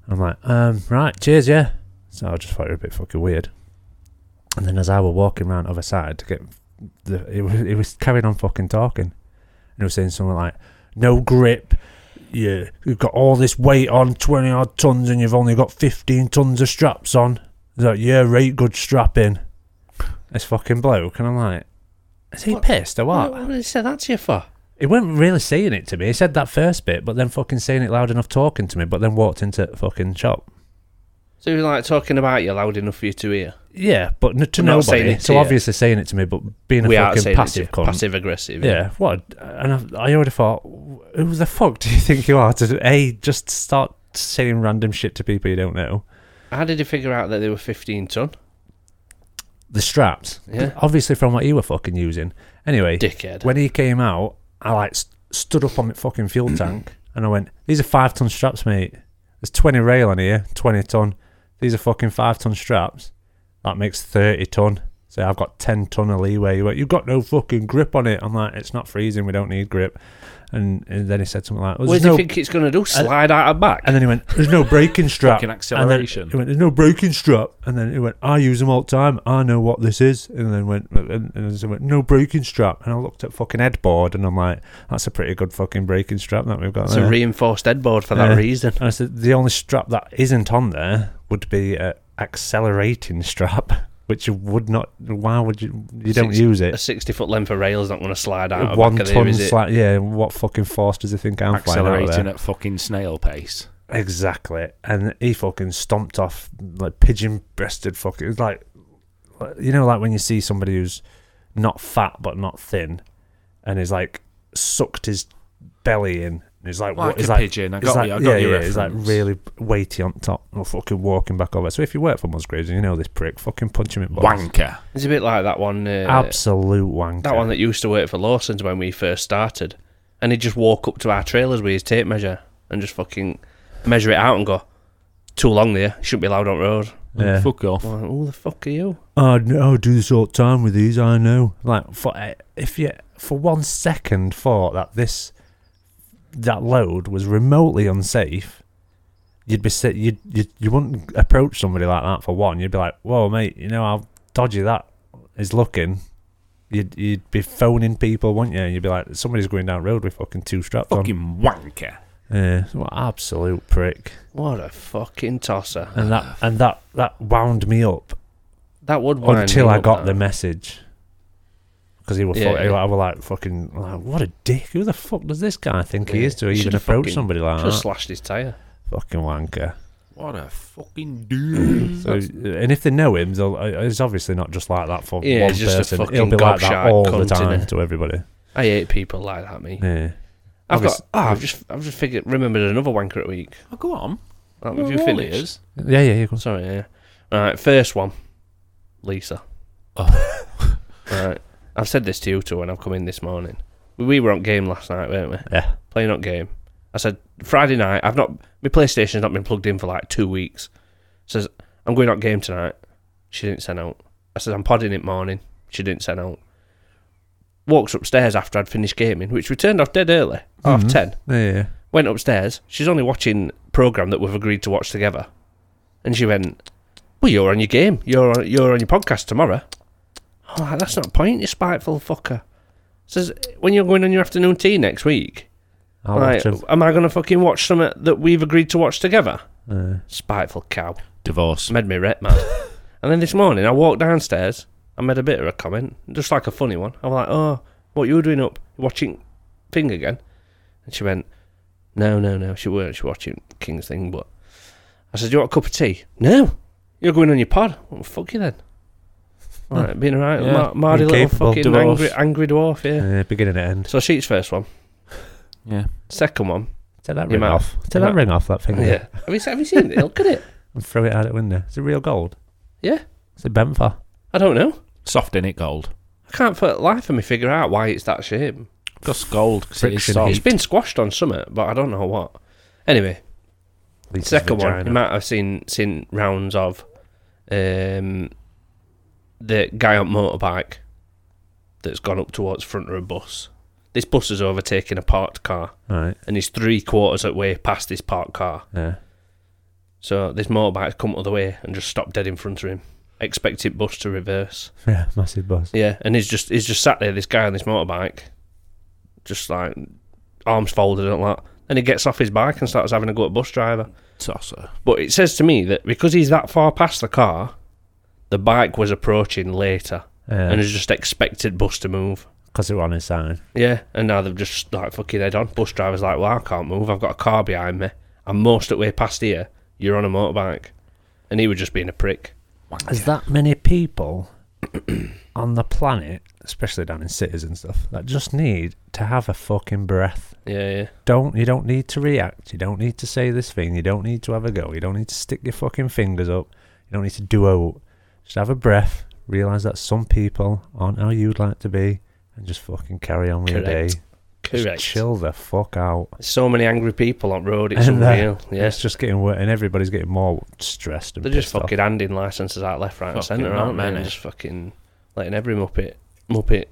[SPEAKER 1] I'm like, um, right, cheers, yeah. So I just thought it was a bit fucking weird. And then as I were walking round the other side to get the, it was it was carrying on fucking talking, and it was saying something like, "No grip, you you've got all this weight on twenty odd tons, and you've only got fifteen tons of straps on." He's like, "Yeah, right, good strapping." This fucking bloke, and I'm like, "Is he
[SPEAKER 2] What?
[SPEAKER 1] pissed or what?"
[SPEAKER 2] What did he say that to you for?
[SPEAKER 1] He wasn't really saying it to me. He said that first bit, but then fucking saying it loud enough talking to me, but then walked into the fucking shop.
[SPEAKER 2] So he was like talking about you loud enough for you to hear.
[SPEAKER 1] Yeah, but n- to
[SPEAKER 2] But not saying
[SPEAKER 1] nobody.
[SPEAKER 2] it to
[SPEAKER 1] So
[SPEAKER 2] you.
[SPEAKER 1] obviously saying it to me, but being a
[SPEAKER 2] we are
[SPEAKER 1] fucking
[SPEAKER 2] saying
[SPEAKER 1] passive cunt.
[SPEAKER 2] passive aggressive.
[SPEAKER 1] Yeah, what? And I, I already thought, who the fuck do you think you are to a just start saying random shit to people you don't know?
[SPEAKER 2] How did he figure out that they were 15 ton?
[SPEAKER 1] The straps,
[SPEAKER 2] Yeah.
[SPEAKER 1] obviously from what you were fucking using. Anyway,
[SPEAKER 2] Dickhead.
[SPEAKER 1] when he came out, I like st- stood up on my fucking fuel tank and I went, "These are five ton straps, mate. There's twenty rail on here, twenty ton. These are fucking five ton straps. That makes thirty ton. So I've got ten ton of leeway." He went, "You've got no fucking grip on it." I'm like, "It's not freezing. We don't need grip." And, and then he said something like, well,
[SPEAKER 2] what
[SPEAKER 1] there's
[SPEAKER 2] do you
[SPEAKER 1] no Uh,
[SPEAKER 2] think it's going to do? Slide out of back?
[SPEAKER 1] And then he went, "There's no braking strap."
[SPEAKER 3] Fucking
[SPEAKER 1] And then
[SPEAKER 3] acceleration.
[SPEAKER 1] he went, "There's no braking strap." And then he went, "I use them all the time. I know what this is." And then went, and, and then went, "No braking strap." And I looked at fucking headboard, and I'm like, "That's a pretty good fucking braking strap that we've got
[SPEAKER 2] It's
[SPEAKER 1] there."
[SPEAKER 2] a reinforced headboard for that
[SPEAKER 1] Yeah.
[SPEAKER 2] reason.
[SPEAKER 1] and I said, "The only strap that isn't on there would be a accelerating strap, which you would not. Why would you? You don't
[SPEAKER 2] Six-
[SPEAKER 1] use
[SPEAKER 2] A
[SPEAKER 1] it."
[SPEAKER 2] 60 foot length of rail is not going to slide out of
[SPEAKER 1] One
[SPEAKER 2] back of there,
[SPEAKER 1] ton,
[SPEAKER 2] is it?
[SPEAKER 1] sla- yeah. What fucking force does he think I'm flying out of there?
[SPEAKER 3] Accelerating at fucking snail pace.
[SPEAKER 1] Exactly, and he fucking stomped off like pigeon-breasted fucking. It was like, like- you know, like when you see somebody who's not fat but not thin, and is like sucked his belly in. And he's like,
[SPEAKER 3] Like
[SPEAKER 1] what? He's
[SPEAKER 3] a
[SPEAKER 1] like,
[SPEAKER 3] pigeon. I
[SPEAKER 1] he's
[SPEAKER 3] got,
[SPEAKER 1] like-
[SPEAKER 3] you, I got your
[SPEAKER 1] he's like
[SPEAKER 3] reference.
[SPEAKER 1] really weighty on top, and fucking walking back over. So if you work for Musgraves and you know this prick, fucking punch him in balls.
[SPEAKER 3] wanker.
[SPEAKER 2] It's a bit like that one. Uh,
[SPEAKER 1] absolute wanker.
[SPEAKER 2] That one that used to work for Lawson's when we first started. And he'd just walk up to our trailers with his tape measure and just fucking measure it out and go, too long there. Shouldn't be allowed on road.
[SPEAKER 1] Yeah.
[SPEAKER 3] Fuck off.
[SPEAKER 2] Well, who the fuck are you?
[SPEAKER 1] I know, I do this all the time with these. I know. Like, for, eh, if you for one second thought that this that load was remotely unsafe, you'd be sit, you'd, you'd you wouldn't approach somebody like that for one. You'd be like, "Whoa, mate, you know how dodgy that is looking." You'd you'd be phoning people, wouldn't you? And you'd be like, "Somebody's going down the road with fucking two straps on."
[SPEAKER 3] Fucking wanker.
[SPEAKER 1] Yeah, what absolute prick.
[SPEAKER 2] What a fucking tosser.
[SPEAKER 1] And that and that that wound me up
[SPEAKER 2] That would wind
[SPEAKER 1] until
[SPEAKER 2] me
[SPEAKER 1] I
[SPEAKER 2] up,
[SPEAKER 1] got
[SPEAKER 2] that.
[SPEAKER 1] the message. Because he were,
[SPEAKER 2] Yeah,
[SPEAKER 1] fuck- he
[SPEAKER 2] yeah.
[SPEAKER 1] were- I were like fucking, like, what a dick! Who the fuck does this guy think he
[SPEAKER 2] Yeah,
[SPEAKER 1] is to
[SPEAKER 2] he
[SPEAKER 1] even
[SPEAKER 2] should've
[SPEAKER 1] approach
[SPEAKER 2] fucking-
[SPEAKER 1] somebody like
[SPEAKER 2] Just
[SPEAKER 1] that?
[SPEAKER 2] slashed his tyre.
[SPEAKER 1] fucking wanker.
[SPEAKER 3] What a fucking dude.
[SPEAKER 1] So, and if they know him, they'll, uh, it's obviously not just like that for
[SPEAKER 2] Yeah,
[SPEAKER 1] one
[SPEAKER 2] he's just a
[SPEAKER 1] person.
[SPEAKER 2] fucking
[SPEAKER 1] He'll be like that
[SPEAKER 2] gobshite
[SPEAKER 1] all the
[SPEAKER 2] cunt,
[SPEAKER 1] time
[SPEAKER 2] innit?
[SPEAKER 1] to everybody.
[SPEAKER 2] I hate people like that, me.
[SPEAKER 1] Yeah.
[SPEAKER 2] I've got.
[SPEAKER 1] Obvious-
[SPEAKER 2] Oh, I've just, I've just figured, remembered another wanker at week.
[SPEAKER 3] oh, go on.
[SPEAKER 2] Have
[SPEAKER 3] Well,
[SPEAKER 2] you
[SPEAKER 3] all
[SPEAKER 2] finished?
[SPEAKER 3] is-
[SPEAKER 1] Yeah, yeah, yeah. of course.
[SPEAKER 2] Sorry, yeah. Alright, first one. Lisa. Alright. I've said this to you too when I've come in this morning. We- We were on game last night, weren't we?
[SPEAKER 1] Yeah.
[SPEAKER 2] Playing on game. I said, Friday night, I've not my PlayStation's not been plugged in for like two weeks. Says, I'm going on game tonight. She didn't send out. I said, I'm podding it morning. She didn't send out. Walks upstairs after I'd finished gaming, which we turned off dead early, half
[SPEAKER 1] Mhm.
[SPEAKER 2] ten
[SPEAKER 1] Yeah, yeah, yeah.
[SPEAKER 2] went upstairs. She's only watching program that we've agreed to watch together, and she went, "Well, you're on your game. You're on, you're on your podcast tomorrow." I'm like, "That's not a point, you spiteful fucker." Says when you're going on your afternoon tea next week,
[SPEAKER 1] I'll
[SPEAKER 2] like,
[SPEAKER 1] have to.
[SPEAKER 2] am I going to fucking watch something that we've agreed to watch together?
[SPEAKER 1] Uh,
[SPEAKER 2] Spiteful cow.
[SPEAKER 3] Divorce.
[SPEAKER 2] Made me ret mad. and then this morning, I walked downstairs. I made a bit of a comment, just like a funny one. I was like, "Oh, what you were doing up watching Thing again?" And she went, "No, no, no, she weren't. She was watching King's Thing." But I said, "Do you want a cup of tea?" No, you're going on your pod. Well, fuck you then. Like being alright,
[SPEAKER 3] Yeah.
[SPEAKER 2] ma- mardy little
[SPEAKER 1] Incapable
[SPEAKER 2] fucking
[SPEAKER 1] dwarf.
[SPEAKER 2] angry, angry dwarf. Yeah.
[SPEAKER 1] uh, beginning to end.
[SPEAKER 2] So she's first one.
[SPEAKER 3] Yeah.
[SPEAKER 2] Second one.
[SPEAKER 1] Take that
[SPEAKER 2] Your
[SPEAKER 1] ring
[SPEAKER 2] mouth.
[SPEAKER 1] off. Take that
[SPEAKER 2] mouth.
[SPEAKER 1] ring off that finger.
[SPEAKER 2] Yeah. Have you, se- have you seen it? Look at it.
[SPEAKER 1] And throw it out the window. Is it real gold?
[SPEAKER 2] Yeah.
[SPEAKER 1] It's a Benfer.
[SPEAKER 2] I don't know.
[SPEAKER 3] Soft in it, gold.
[SPEAKER 2] I can't for the life of me figure out why it's that shape.
[SPEAKER 3] Because gold, 'cause it is
[SPEAKER 1] Friction
[SPEAKER 3] soft.
[SPEAKER 2] It's been squashed on summit, but I don't know what. Anyway,
[SPEAKER 1] Lisa's
[SPEAKER 2] second one,
[SPEAKER 1] vagina.
[SPEAKER 2] you might have seen seen rounds of um, the guy on motorbike that's gone up towards front of a bus. This bus has overtaken a parked car,
[SPEAKER 1] Right.
[SPEAKER 2] and he's three quarters of the way past this parked car.
[SPEAKER 1] Yeah.
[SPEAKER 2] So this motorbike's come all the way and just stopped dead in front of him, expecting bus to reverse.
[SPEAKER 1] Yeah. Massive buzz.
[SPEAKER 2] Yeah, and he's just he's just sat there, this guy on this motorbike, just like arms folded and all that. Then he gets off his bike and starts having a go at bus driver.
[SPEAKER 3] Tosser.
[SPEAKER 2] But it says to me that because he's that far past the car, the bike was approaching later and
[SPEAKER 1] Yeah.
[SPEAKER 2] has just expected bus to move.
[SPEAKER 1] Uh, Because it was on his side.
[SPEAKER 2] Yeah, and now they've just like fucking head on. Bus driver's like, well, I can't move. I've got a car behind me. I'm most of the way past here. You're on a motorbike, and he was just being a prick.
[SPEAKER 1] There's that many people on the planet, especially down in cities and stuff, that just need to have a fucking breath.
[SPEAKER 2] Yeah, yeah.
[SPEAKER 1] Don't you don't need to react. You don't need to say this thing. You don't need to have a go. You don't need to stick your fucking fingers up. You don't need to do out. Just have a breath. Realize that some people aren't how you'd like to be, and just fucking carry on with your day.
[SPEAKER 2] Correct.
[SPEAKER 1] Just
[SPEAKER 2] Correct.
[SPEAKER 1] chill the fuck out.
[SPEAKER 2] So many angry people on road. It's
[SPEAKER 1] And, uh,
[SPEAKER 2] unreal. Yeah.
[SPEAKER 1] It's just getting worse, and everybody's getting more stressed and
[SPEAKER 2] They're just
[SPEAKER 1] pissed off.
[SPEAKER 2] fucking handing licenses out left, right, and
[SPEAKER 3] Fucking
[SPEAKER 2] centre,
[SPEAKER 3] not
[SPEAKER 2] aren't they? And
[SPEAKER 3] many.
[SPEAKER 2] Just fucking letting every muppet muppet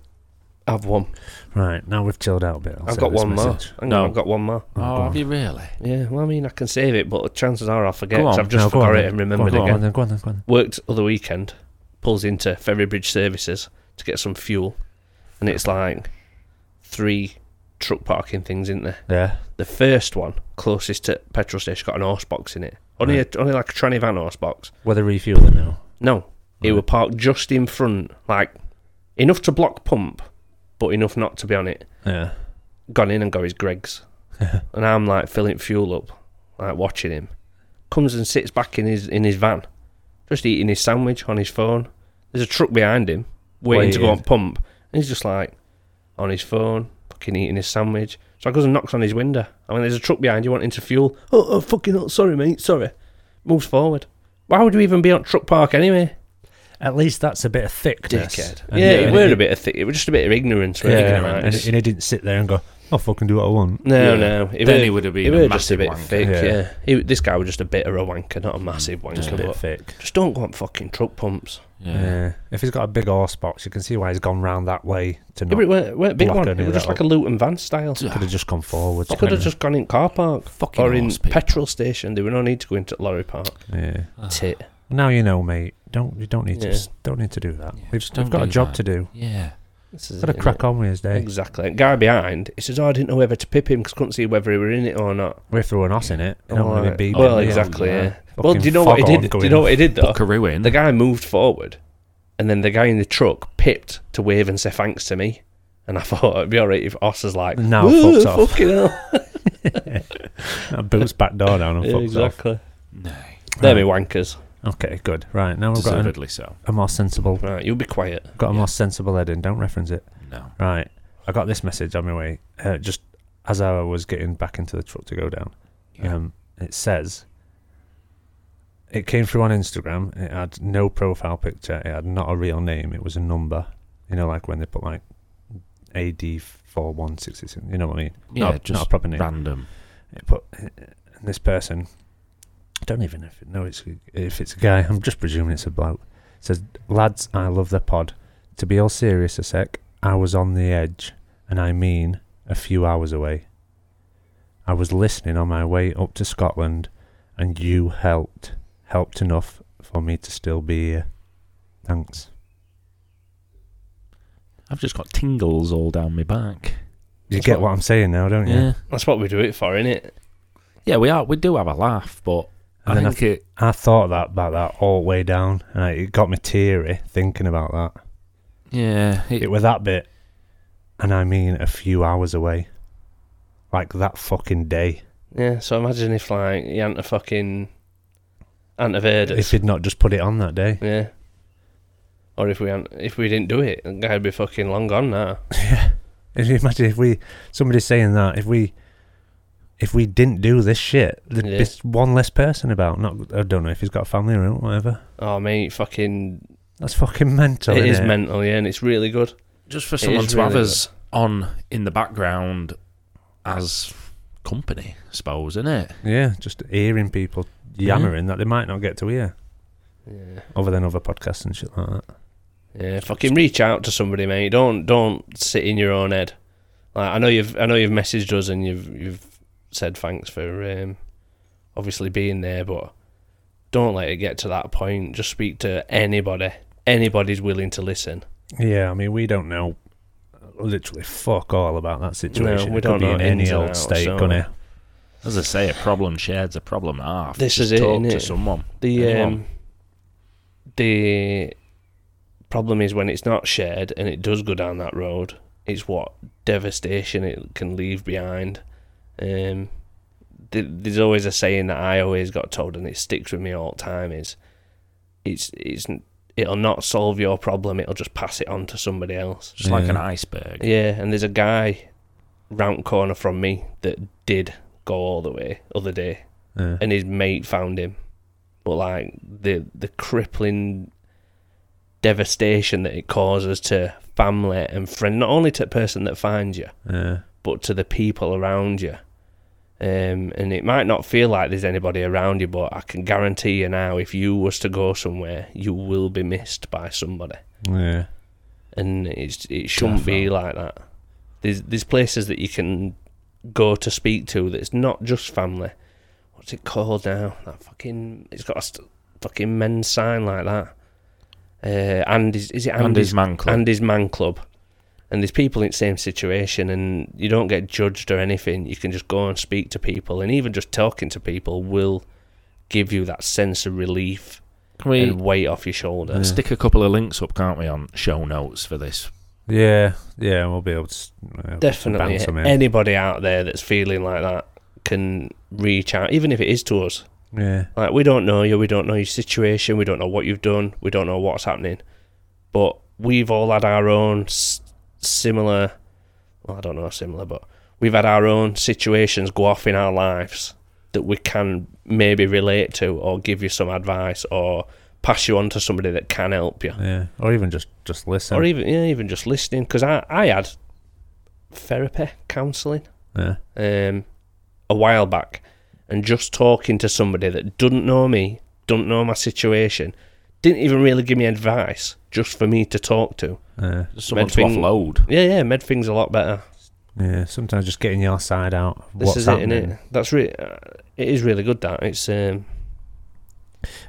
[SPEAKER 2] have one.
[SPEAKER 1] Right now we've chilled out a bit. I'll
[SPEAKER 2] i have
[SPEAKER 1] send
[SPEAKER 2] got
[SPEAKER 1] this
[SPEAKER 2] one more.
[SPEAKER 1] message.
[SPEAKER 2] Hang
[SPEAKER 3] No.
[SPEAKER 2] on, I've got one more.
[SPEAKER 1] Oh, go
[SPEAKER 3] Oh,
[SPEAKER 1] on.
[SPEAKER 3] have you really?
[SPEAKER 2] Yeah, well, I mean, I can save it, but chances are I'll forget.
[SPEAKER 3] Go
[SPEAKER 2] 'cause
[SPEAKER 3] on.
[SPEAKER 2] I've just
[SPEAKER 1] No, go
[SPEAKER 2] forgot
[SPEAKER 1] on
[SPEAKER 2] it
[SPEAKER 1] then.
[SPEAKER 2] and
[SPEAKER 1] Go on,
[SPEAKER 2] remembered
[SPEAKER 1] go on
[SPEAKER 2] again.
[SPEAKER 1] then, go on then, go on then.
[SPEAKER 2] Worked other weekend, pulls into Ferrybridge Services to get some fuel, and it's like three truck parking things, isn't there?
[SPEAKER 1] Yeah.
[SPEAKER 2] The first one, closest to petrol station, got an horse box in it. Only, a, only like a tranny van horse box.
[SPEAKER 1] Well, they're refueling now.
[SPEAKER 2] No, it
[SPEAKER 1] Right.
[SPEAKER 2] were parked just in front, like enough to block pump, but enough not to be on it.
[SPEAKER 1] Yeah.
[SPEAKER 2] Gone in and go is Greg's, and I'm like filling fuel up, like watching him. Comes and sits back in his in his van, just eating his sandwich on his phone. There's a truck behind him waiting, to go on
[SPEAKER 1] Waiting.
[SPEAKER 2] pump, and he's just like on his phone, fucking eating his sandwich. So I goes and knocks on his window. I mean, there's a truck behind you wanting to fuel. Oh, oh fucking, hell, sorry mate, sorry. Moves forward. Why would you even be on truck park anyway?
[SPEAKER 1] At least that's a bit of thickness.
[SPEAKER 2] dickhead.
[SPEAKER 1] And-
[SPEAKER 2] yeah, it
[SPEAKER 1] and
[SPEAKER 2] were a bit of thi- it was just a bit of ignorance.
[SPEAKER 1] Yeah,
[SPEAKER 2] Really,
[SPEAKER 1] and,
[SPEAKER 2] ignorance.
[SPEAKER 1] and he didn't sit there and go, "I'll fucking do what I want."
[SPEAKER 2] no,
[SPEAKER 3] Yeah.
[SPEAKER 2] no, it
[SPEAKER 3] Then
[SPEAKER 2] were-
[SPEAKER 3] he would have been
[SPEAKER 2] it
[SPEAKER 3] a
[SPEAKER 2] were just a
[SPEAKER 3] massive
[SPEAKER 2] bit
[SPEAKER 3] wanker.
[SPEAKER 2] thick.
[SPEAKER 1] Yeah. Mm.
[SPEAKER 2] Yeah, He- this guy was just a bit of a wanker, not a massive
[SPEAKER 1] Just a
[SPEAKER 2] wanker.
[SPEAKER 1] bit
[SPEAKER 2] but
[SPEAKER 1] thick.
[SPEAKER 2] just don't go on fucking truck pumps.
[SPEAKER 3] Yeah.
[SPEAKER 1] Yeah. If he's got a big horse box, you can see why he's gone round that way to
[SPEAKER 2] Yeah,
[SPEAKER 1] not.
[SPEAKER 2] but it weren't, weren't a big
[SPEAKER 1] block
[SPEAKER 2] one.
[SPEAKER 1] any
[SPEAKER 2] It was
[SPEAKER 1] of
[SPEAKER 2] just
[SPEAKER 1] that
[SPEAKER 2] like a Luton van style.
[SPEAKER 1] could have just gone forwards.
[SPEAKER 2] Could have
[SPEAKER 1] couldn't
[SPEAKER 2] just gone in car park
[SPEAKER 3] Fucking
[SPEAKER 2] or in
[SPEAKER 3] horse people. Ah.
[SPEAKER 2] petrol station. There were no need to go into lorry park.
[SPEAKER 1] he? Yeah.
[SPEAKER 2] Tit.
[SPEAKER 1] Now you know, mate. Don't you don't need
[SPEAKER 2] Yeah.
[SPEAKER 1] to don't need to do that.
[SPEAKER 3] Yeah,
[SPEAKER 1] we've,
[SPEAKER 3] just
[SPEAKER 1] we've
[SPEAKER 3] don't
[SPEAKER 1] got a
[SPEAKER 3] do
[SPEAKER 1] job
[SPEAKER 3] that.
[SPEAKER 1] to do.
[SPEAKER 3] Yeah.
[SPEAKER 2] This is
[SPEAKER 1] Got to
[SPEAKER 2] it, innit?
[SPEAKER 1] crack on eh? with his day.
[SPEAKER 2] Exactly. And guy behind, he says, oh, I didn't know whether to pip him because couldn't see whether he were in it or not.
[SPEAKER 1] We're throwing us in it. You
[SPEAKER 2] I'm
[SPEAKER 1] don't want to
[SPEAKER 2] like,
[SPEAKER 1] be beeping.
[SPEAKER 2] Oh, well,
[SPEAKER 1] yeah.
[SPEAKER 2] exactly,
[SPEAKER 3] yeah.
[SPEAKER 2] yeah. Well, do you
[SPEAKER 1] Fucking
[SPEAKER 2] know what he
[SPEAKER 1] fog on
[SPEAKER 2] did? Do you
[SPEAKER 1] going,
[SPEAKER 2] know what he did, though?
[SPEAKER 3] Buckaroo in.
[SPEAKER 2] The guy moved forward, and then the guy in the truck pipped to wave and say thanks to me. And I thought it'd be alright if Oss is like,
[SPEAKER 1] Now
[SPEAKER 2] "Woo,
[SPEAKER 1] fucked off."
[SPEAKER 2] fucking hell.
[SPEAKER 1] That boots back door down and
[SPEAKER 2] Yeah,
[SPEAKER 1] fucks
[SPEAKER 2] exactly.
[SPEAKER 3] no.
[SPEAKER 2] They're me wankers.
[SPEAKER 1] off. Okay, good. Right now we've got a,
[SPEAKER 3] Deservedly so.
[SPEAKER 1] a more sensible,
[SPEAKER 2] Right, you'll be quiet.
[SPEAKER 1] got a more sensible heading. Don't reference it.
[SPEAKER 3] No.
[SPEAKER 1] Right. I got this message on my way, uh, just as I was getting back into the truck to go down.
[SPEAKER 3] Yeah.
[SPEAKER 1] Um, it says, it came through on Instagram. It had no profile picture. It had not a real name. It was a number. You know, like when they put like AD41667. You know what I mean?
[SPEAKER 3] Yeah,
[SPEAKER 1] not, a-
[SPEAKER 3] just
[SPEAKER 1] not a proper name.
[SPEAKER 3] Random.
[SPEAKER 1] But uh, this person, I don't even know if it, no, it's if it's a guy. I'm just presuming it's a bloke. Says, lads, I love the pod. To be all serious a sec, I was on the edge, and I mean a few hours away. I was listening on my way up to Scotland, and you helped, helped enough for me to still be here. Thanks.
[SPEAKER 3] I've just got tingles all down my back.
[SPEAKER 1] You
[SPEAKER 2] That's
[SPEAKER 1] get
[SPEAKER 2] what-
[SPEAKER 1] what I'm saying now, don't you?
[SPEAKER 4] Yeah.
[SPEAKER 2] That's what we do it for, innit?
[SPEAKER 3] Yeah, we are. We do have a laugh, but I
[SPEAKER 1] And then
[SPEAKER 3] think it.
[SPEAKER 1] I thought that about that all the way down, and I, it got me teary thinking about that.
[SPEAKER 3] Yeah, it,
[SPEAKER 1] It was that bit, and I mean a few hours away, like that fucking day.
[SPEAKER 2] Yeah, so imagine if, like, you hadn't a fucking. hadn't have heard us.
[SPEAKER 1] If he'd not just put it on that day,
[SPEAKER 2] Yeah. Or if we hadn't, if we didn't do it, the guy'd be fucking long gone now.
[SPEAKER 1] If you imagine if we somebody saying that if we if we didn't do this shit, there'd
[SPEAKER 2] Yeah.
[SPEAKER 1] be one less person about. Not I don't know if he's got a family or not, whatever.
[SPEAKER 2] Oh mate, fucking
[SPEAKER 1] That's fucking mental.
[SPEAKER 2] it
[SPEAKER 1] innit?
[SPEAKER 2] is mental, yeah, and it's really good.
[SPEAKER 3] just for
[SPEAKER 2] It
[SPEAKER 3] someone
[SPEAKER 2] is
[SPEAKER 3] to have
[SPEAKER 2] really
[SPEAKER 3] us on in the background as company, I suppose, isn't it?
[SPEAKER 1] Yeah, just hearing people yammering that they might not get to hear,
[SPEAKER 2] Yeah.
[SPEAKER 1] other than other podcasts and shit like that.
[SPEAKER 2] Yeah, fucking reach out to somebody, mate. Don't don't sit in your own head. Like I know you've I know you've messaged us and you've you've said thanks for um, obviously being there, but don't let it get to that point. Just speak to anybody. Anybody's willing to listen.
[SPEAKER 1] Yeah, I mean we don't know literally fuck all about that situation.
[SPEAKER 2] we
[SPEAKER 1] It
[SPEAKER 2] don't
[SPEAKER 1] could be
[SPEAKER 2] know
[SPEAKER 1] in any
[SPEAKER 2] ins and
[SPEAKER 1] old
[SPEAKER 2] outs,
[SPEAKER 1] state,
[SPEAKER 2] so-
[SPEAKER 1] couldn't it?
[SPEAKER 3] As I say, a problem shared's a problem half.
[SPEAKER 2] This
[SPEAKER 3] Just
[SPEAKER 2] is it,
[SPEAKER 3] Talk to
[SPEAKER 2] innit?
[SPEAKER 3] someone.
[SPEAKER 2] The
[SPEAKER 3] Anyone.
[SPEAKER 2] um, the problem is when it's not shared and it does go down that road, it's what devastation it can leave behind. Um, th- there's always a saying that I always got told, and it sticks with me all the time: is it's it's n- it'll not solve your problem; it'll just pass it on to somebody else.
[SPEAKER 3] Just like an
[SPEAKER 1] Yeah.
[SPEAKER 3] iceberg.
[SPEAKER 2] Yeah, and there's a guy round corner from me that did go all the way other day
[SPEAKER 1] Yeah.
[SPEAKER 2] and his mate found him. But like the the crippling devastation that it causes to family and friend, not only to the person that finds you,
[SPEAKER 1] yeah.
[SPEAKER 2] but to the people around you. Um, and it might not feel like there's anybody around you, but I can guarantee you now, if you was to go somewhere, you will be missed by somebody,
[SPEAKER 1] Yeah.
[SPEAKER 2] and it's it shouldn't be like that. There's there's places that you can go to speak to that's not just family what's it called now? That fucking it's got a st- fucking men's sign like that. Uh, Andy's is it
[SPEAKER 3] And
[SPEAKER 2] Andy's
[SPEAKER 3] his man club.
[SPEAKER 2] Andy's man club, and there's people in the same situation, and you don't get judged or anything. You can just go and speak to people, and even just talking to people will give you that sense of relief
[SPEAKER 3] Can we
[SPEAKER 2] and weight off your shoulder.
[SPEAKER 3] let's stick a couple of links up, can't we, on show notes for this?
[SPEAKER 1] Yeah, yeah, we'll be able to s- uh,
[SPEAKER 2] Definitely,
[SPEAKER 1] bounce 'em in.
[SPEAKER 2] anybody out there that's feeling like that can reach out, even if it is to us.
[SPEAKER 1] yeah,
[SPEAKER 2] Like we don't know you, we don't know your situation, we don't know what you've done, we don't know what's happening. But we've all had our own s- similar, well, I don't know similar, but we've had our own situations go off in our lives that we can maybe relate to, or give you some advice, or pass you on to somebody that can help you,
[SPEAKER 1] yeah, or even just just listen.
[SPEAKER 2] or e- even yeah, even just listening. Because I I had therapy, counselling
[SPEAKER 1] yeah,
[SPEAKER 2] um, a while back and just talking to somebody that doesn't know me, doesn't know my situation, didn't even really give me advice, just for me to talk to.
[SPEAKER 1] yeah,
[SPEAKER 3] Just someone
[SPEAKER 2] Med
[SPEAKER 3] to
[SPEAKER 2] thing-
[SPEAKER 3] offload.
[SPEAKER 2] Yeah, yeah, made things a lot better.
[SPEAKER 1] yeah. Sometimes just getting your side out. Of
[SPEAKER 2] This
[SPEAKER 1] what's
[SPEAKER 2] is
[SPEAKER 1] happening.
[SPEAKER 2] it, innit? That's really, uh, it is really good. That it's, um,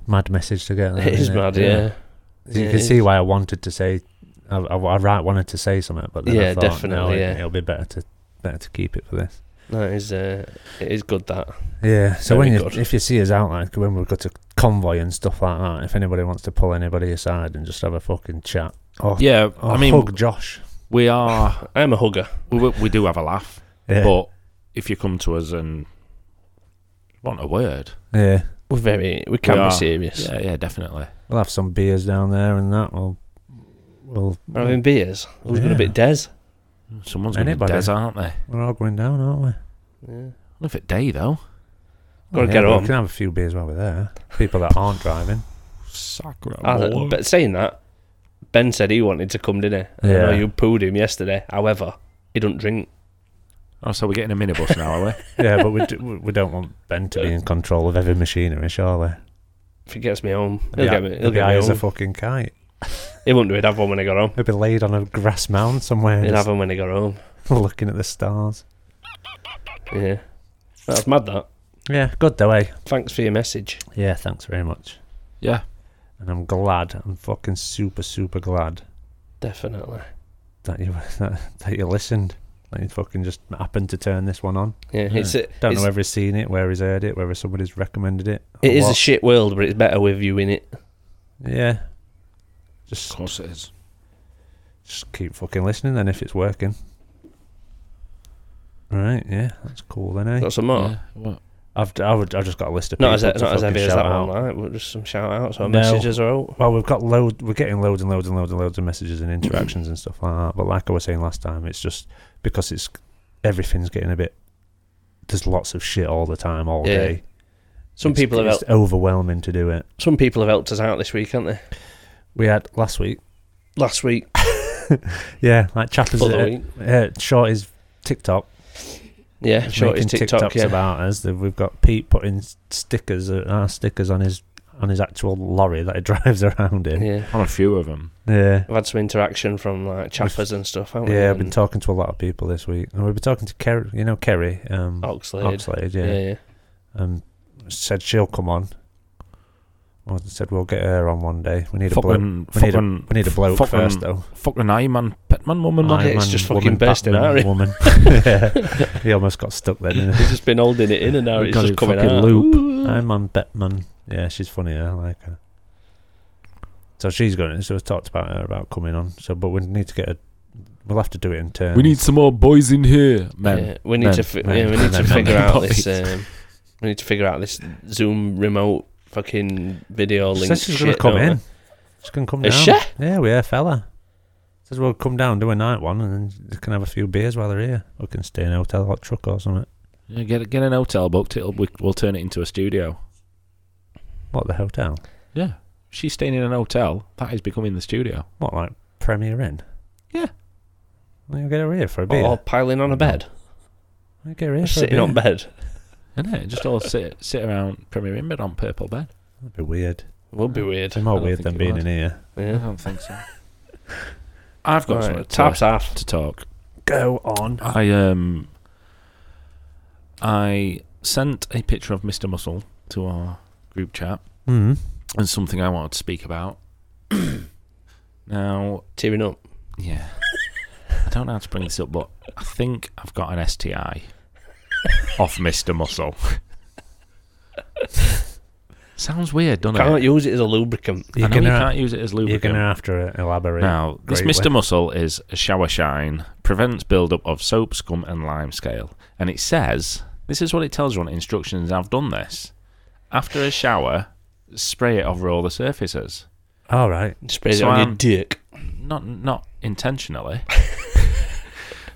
[SPEAKER 1] Mad message to get.
[SPEAKER 2] it is
[SPEAKER 1] Uh, innit?
[SPEAKER 2] mad. Yeah,
[SPEAKER 1] you
[SPEAKER 2] Yeah,
[SPEAKER 1] can
[SPEAKER 2] it
[SPEAKER 1] see
[SPEAKER 2] is.
[SPEAKER 1] why I wanted to say. I, I, I right wanted to say something, but then I
[SPEAKER 2] Yeah,
[SPEAKER 1] thought,
[SPEAKER 2] definitely,
[SPEAKER 1] No, it,
[SPEAKER 2] yeah.
[SPEAKER 1] it'll be better to better to keep it for this.
[SPEAKER 2] that is, uh, it is good. That
[SPEAKER 1] Yeah. So
[SPEAKER 2] Very
[SPEAKER 1] when you
[SPEAKER 2] good.
[SPEAKER 1] if you see us out like when we've got a convoy and stuff like that, if anybody wants to pull anybody aside and just have a fucking chat, or,
[SPEAKER 3] Yeah,
[SPEAKER 1] or
[SPEAKER 3] I mean,
[SPEAKER 1] hug Josh.
[SPEAKER 3] we are.
[SPEAKER 2] I am a hugger.
[SPEAKER 3] We, we do have a laugh,
[SPEAKER 1] Yeah.
[SPEAKER 3] but if you come to us and want a word,
[SPEAKER 1] yeah.
[SPEAKER 2] We're very, we can
[SPEAKER 3] We are.
[SPEAKER 2] be serious.
[SPEAKER 3] yeah, yeah, definitely.
[SPEAKER 1] We'll have some beers down there and that. We'll, we'll,
[SPEAKER 2] We're having beers. Who's going
[SPEAKER 1] Yeah.
[SPEAKER 2] to be Des?
[SPEAKER 3] Someone's going to
[SPEAKER 1] Anybody.
[SPEAKER 3] des, aren't they?
[SPEAKER 1] we're all going down, aren't we?
[SPEAKER 2] Yeah.
[SPEAKER 3] Not if it day though.
[SPEAKER 2] Gotta
[SPEAKER 1] Yeah,
[SPEAKER 2] get
[SPEAKER 1] but
[SPEAKER 2] on.
[SPEAKER 1] We can have a few beers while we're there. People that aren't driving.
[SPEAKER 2] I
[SPEAKER 3] Sacra.
[SPEAKER 2] don't- but saying that, Ben said he wanted to come, didn't he? I know
[SPEAKER 1] Yeah.
[SPEAKER 2] you pooed him yesterday. However, he don't drink.
[SPEAKER 3] Oh, so we're getting a minibus now, are we?
[SPEAKER 1] yeah, but we, do, we- we don't want Ben to be in control of every machinery, surely.
[SPEAKER 2] If he gets me home, he'll
[SPEAKER 1] Yeah,
[SPEAKER 2] get me. He'll
[SPEAKER 1] be
[SPEAKER 2] get
[SPEAKER 1] high
[SPEAKER 2] me
[SPEAKER 1] as a
[SPEAKER 2] home.
[SPEAKER 1] fucking kite.
[SPEAKER 2] He won't do it. Have one when I got home.
[SPEAKER 1] He'll be laid on a grass mound somewhere,
[SPEAKER 2] He'll have
[SPEAKER 1] just
[SPEAKER 2] one when I got home.
[SPEAKER 1] looking at the stars.
[SPEAKER 2] Yeah, that's mad. That.
[SPEAKER 1] Yeah, good though, eh?
[SPEAKER 2] Thanks for your message.
[SPEAKER 1] Yeah, thanks very much.
[SPEAKER 3] Yeah.
[SPEAKER 1] And I'm glad. I'm fucking super, super glad
[SPEAKER 2] Definitely.
[SPEAKER 1] that you that, that you listened. Like he fucking just happened to turn this one on.
[SPEAKER 2] Yeah, it's a,
[SPEAKER 1] Don't
[SPEAKER 2] it's,
[SPEAKER 1] know whether he's seen it, where he's heard it, whether somebody's recommended it. or
[SPEAKER 2] it is a
[SPEAKER 1] what.
[SPEAKER 2] shit world, but it's better with you in it.
[SPEAKER 1] yeah.
[SPEAKER 3] Of
[SPEAKER 1] Just
[SPEAKER 3] course it is.
[SPEAKER 1] just keep fucking listening then if it's working. Right, yeah, that's cool then, eh?
[SPEAKER 2] Got some more.
[SPEAKER 3] Yeah, what?
[SPEAKER 1] I've, d- I've, I've just got a list of
[SPEAKER 2] Not as
[SPEAKER 1] people to
[SPEAKER 2] not as
[SPEAKER 1] fucking
[SPEAKER 2] heavy as
[SPEAKER 1] shout
[SPEAKER 2] that
[SPEAKER 1] out.
[SPEAKER 2] one, right? But just some shout outs or
[SPEAKER 1] No.
[SPEAKER 2] messages or out.
[SPEAKER 1] Well, we've got load. We're getting loads and loads and loads and loads of messages and interactions and stuff like that. But like I was saying last time, it's just because it's everything's getting a bit. There's lots of shit all the time, all
[SPEAKER 2] Yeah.
[SPEAKER 1] day.
[SPEAKER 2] Some
[SPEAKER 1] It's-
[SPEAKER 2] people have
[SPEAKER 1] it's
[SPEAKER 2] helped,
[SPEAKER 1] overwhelming to do it.
[SPEAKER 2] some people have helped us out this week, haven't they?
[SPEAKER 1] We had last week,
[SPEAKER 2] Last week,
[SPEAKER 1] yeah, like Chappers,
[SPEAKER 2] other
[SPEAKER 1] uh,
[SPEAKER 2] week,
[SPEAKER 1] uh, Shorty's TikTok,
[SPEAKER 2] yeah. Short is
[SPEAKER 1] making
[SPEAKER 2] TikTok,
[SPEAKER 1] TikToks
[SPEAKER 2] yeah.
[SPEAKER 1] about us. That We've got Pete putting s- stickers, uh, our stickers on his on his actual lorry that he drives around in.
[SPEAKER 2] yeah.
[SPEAKER 3] On a few of them.
[SPEAKER 1] yeah.
[SPEAKER 2] I've had some interaction from like chappers and stuff, haven't we?
[SPEAKER 1] Yeah, I've been
[SPEAKER 2] Oh, And
[SPEAKER 1] talking to a lot of people this week, and we've been talking to Kerry. You know Kerry, um,
[SPEAKER 2] Oxlade.
[SPEAKER 1] Oxlade, yeah,
[SPEAKER 2] Yeah, yeah.
[SPEAKER 1] and said she'll come on. Or said we'll get her on one day. We need a bloke.
[SPEAKER 3] Fucking,
[SPEAKER 1] We need a,
[SPEAKER 3] fucking,
[SPEAKER 1] we need a bloke
[SPEAKER 3] fucking-
[SPEAKER 1] first, though.
[SPEAKER 3] fucking Ironman, Pitman woman, man.
[SPEAKER 2] Aye. it's
[SPEAKER 1] Ironman
[SPEAKER 2] just fucking
[SPEAKER 1] woman,
[SPEAKER 2] bursting
[SPEAKER 1] Batman
[SPEAKER 2] out, eh?
[SPEAKER 1] Woman. Yeah. He almost got stuck then. didn't he?
[SPEAKER 2] He's just been holding it in, and now
[SPEAKER 3] We
[SPEAKER 2] it's
[SPEAKER 3] got
[SPEAKER 2] just
[SPEAKER 3] it
[SPEAKER 2] coming
[SPEAKER 3] fucking
[SPEAKER 2] out.
[SPEAKER 3] loop.
[SPEAKER 2] Ooh.
[SPEAKER 1] I'm on Batman. Yeah, she's funny. I like her. So she's going. So we talked about her about coming on. So, but we need to get a. We'll have to do it in turn.
[SPEAKER 3] We need some more boys in here, man.
[SPEAKER 2] Yeah, we need
[SPEAKER 3] men,
[SPEAKER 2] to fi-
[SPEAKER 1] men,
[SPEAKER 2] yeah, we
[SPEAKER 1] men,
[SPEAKER 2] need to
[SPEAKER 1] men,
[SPEAKER 2] figure
[SPEAKER 3] men,
[SPEAKER 2] out
[SPEAKER 3] puppies.
[SPEAKER 2] this. Um, we need to figure out this Zoom remote fucking video
[SPEAKER 1] She
[SPEAKER 2] link.
[SPEAKER 1] says she's gonna
[SPEAKER 2] going to
[SPEAKER 1] come in. She's gonna come
[SPEAKER 2] Is
[SPEAKER 1] down.
[SPEAKER 2] she?
[SPEAKER 1] Yeah, we are fella. Says we'll come down do a night one and then they can have a few beers while they're here. We can stay in a hotel hot truck or something.
[SPEAKER 3] Yeah, get get an hotel booked. It'll we, we'll turn it into a studio.
[SPEAKER 1] What the hotel?
[SPEAKER 3] Yeah, she's staying in an hotel. That is becoming the studio.
[SPEAKER 1] What like Premier Inn?
[SPEAKER 3] Yeah. Oh.
[SPEAKER 1] Well, you get her here for a beer.
[SPEAKER 2] Or piling on a bed,
[SPEAKER 1] You get her here
[SPEAKER 2] or
[SPEAKER 1] for a
[SPEAKER 2] sitting
[SPEAKER 1] beer.
[SPEAKER 2] on bed.
[SPEAKER 3] Isn't it? Just all sit sit around Premier Inn bed on purple bed.
[SPEAKER 1] That'd be weird.
[SPEAKER 2] Would be weird.
[SPEAKER 1] It's more
[SPEAKER 3] don't
[SPEAKER 1] weird
[SPEAKER 3] think
[SPEAKER 1] than
[SPEAKER 3] it
[SPEAKER 1] being
[SPEAKER 3] would.
[SPEAKER 1] in here.
[SPEAKER 3] I
[SPEAKER 2] Yeah.
[SPEAKER 3] don't think so. I've got
[SPEAKER 2] Right,
[SPEAKER 3] some
[SPEAKER 2] taps
[SPEAKER 3] to,
[SPEAKER 2] off.
[SPEAKER 3] to talk.
[SPEAKER 1] Go on.
[SPEAKER 3] I um I sent a picture of Mr. Muscle to our group chat
[SPEAKER 1] Hmm.
[SPEAKER 3] and something I wanted to speak about. now,
[SPEAKER 2] Tearing up.
[SPEAKER 3] yeah. I don't know how to bring this up, but I think I've got an STI off Mr. Muscle. Sounds weird, doesn't
[SPEAKER 2] Can't
[SPEAKER 3] it?
[SPEAKER 2] use it as a lubricant.
[SPEAKER 1] You're
[SPEAKER 3] I know you
[SPEAKER 1] gonna,
[SPEAKER 3] can't use it as
[SPEAKER 1] you are
[SPEAKER 3] lubricant.
[SPEAKER 1] gonna have to uh, elaborate.
[SPEAKER 3] Now, this
[SPEAKER 1] greatly.
[SPEAKER 3] Mr. Muscle is a shower shine, prevents buildup of soap, scum, and lime scale. And it says this is what it tells you on instructions. I've done this. After a shower, spray it over all the surfaces.
[SPEAKER 1] All right.
[SPEAKER 2] Spray it
[SPEAKER 3] So
[SPEAKER 2] on your
[SPEAKER 3] I'm-
[SPEAKER 2] dick.
[SPEAKER 3] Not not intentionally.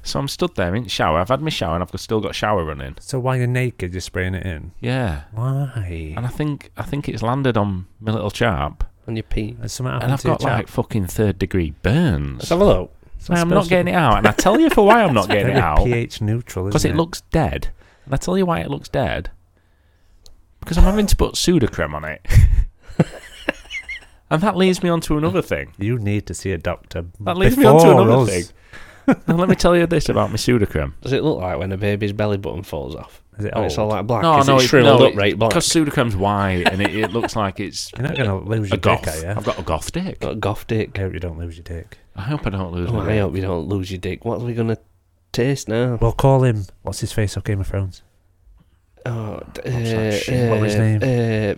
[SPEAKER 3] so I'm stood there in the shower. I've had my shower and I've still got shower running.
[SPEAKER 1] So while you're naked, you're spraying it in.
[SPEAKER 3] Yeah.
[SPEAKER 1] Why?
[SPEAKER 3] And I think I think it's landed on my little chap.
[SPEAKER 2] On your pee.
[SPEAKER 1] Has something happened
[SPEAKER 3] And I've
[SPEAKER 1] to your
[SPEAKER 3] got like
[SPEAKER 1] chap?
[SPEAKER 3] fucking third degree burns.
[SPEAKER 2] Let's have a look.
[SPEAKER 3] I'm not getting it out. And I tell you for why I'm not getting it
[SPEAKER 1] Very
[SPEAKER 3] out.
[SPEAKER 1] pH neutral,
[SPEAKER 3] because
[SPEAKER 1] isn't
[SPEAKER 3] it looks dead. And I tell you why it looks dead. Because I'm having to put pseudocreme on it. and that leads me on to another thing.
[SPEAKER 1] You need to see a doctor.
[SPEAKER 3] That leads me on to
[SPEAKER 1] before
[SPEAKER 3] another
[SPEAKER 1] us.
[SPEAKER 3] thing. Now, let me tell you this about my pseudocreme.
[SPEAKER 2] Does it look like when a baby's belly button falls off?
[SPEAKER 1] Is it
[SPEAKER 3] Oh,
[SPEAKER 2] And it's all
[SPEAKER 1] old?
[SPEAKER 2] like black.
[SPEAKER 3] No,
[SPEAKER 2] is
[SPEAKER 3] no,
[SPEAKER 2] it
[SPEAKER 3] it-
[SPEAKER 2] shriveled
[SPEAKER 3] no,
[SPEAKER 2] up, right? Black.
[SPEAKER 3] Because pseudocreme's white and it, it looks like it's
[SPEAKER 1] You're not going to lose
[SPEAKER 3] a
[SPEAKER 1] your
[SPEAKER 3] goth.
[SPEAKER 1] dick, are you?
[SPEAKER 3] I've got a goth dick.
[SPEAKER 2] Got a goth dick.
[SPEAKER 1] I hope you don't lose your dick.
[SPEAKER 3] I hope I don't lose
[SPEAKER 2] Oh,
[SPEAKER 3] my
[SPEAKER 2] I
[SPEAKER 3] dick.
[SPEAKER 2] hope you don't lose your dick. What are we gonna taste now?
[SPEAKER 1] We'll call him. What's his face off Game of Thrones?
[SPEAKER 2] Oh, d-
[SPEAKER 1] that
[SPEAKER 2] uh,
[SPEAKER 1] shit? What was his
[SPEAKER 2] uh,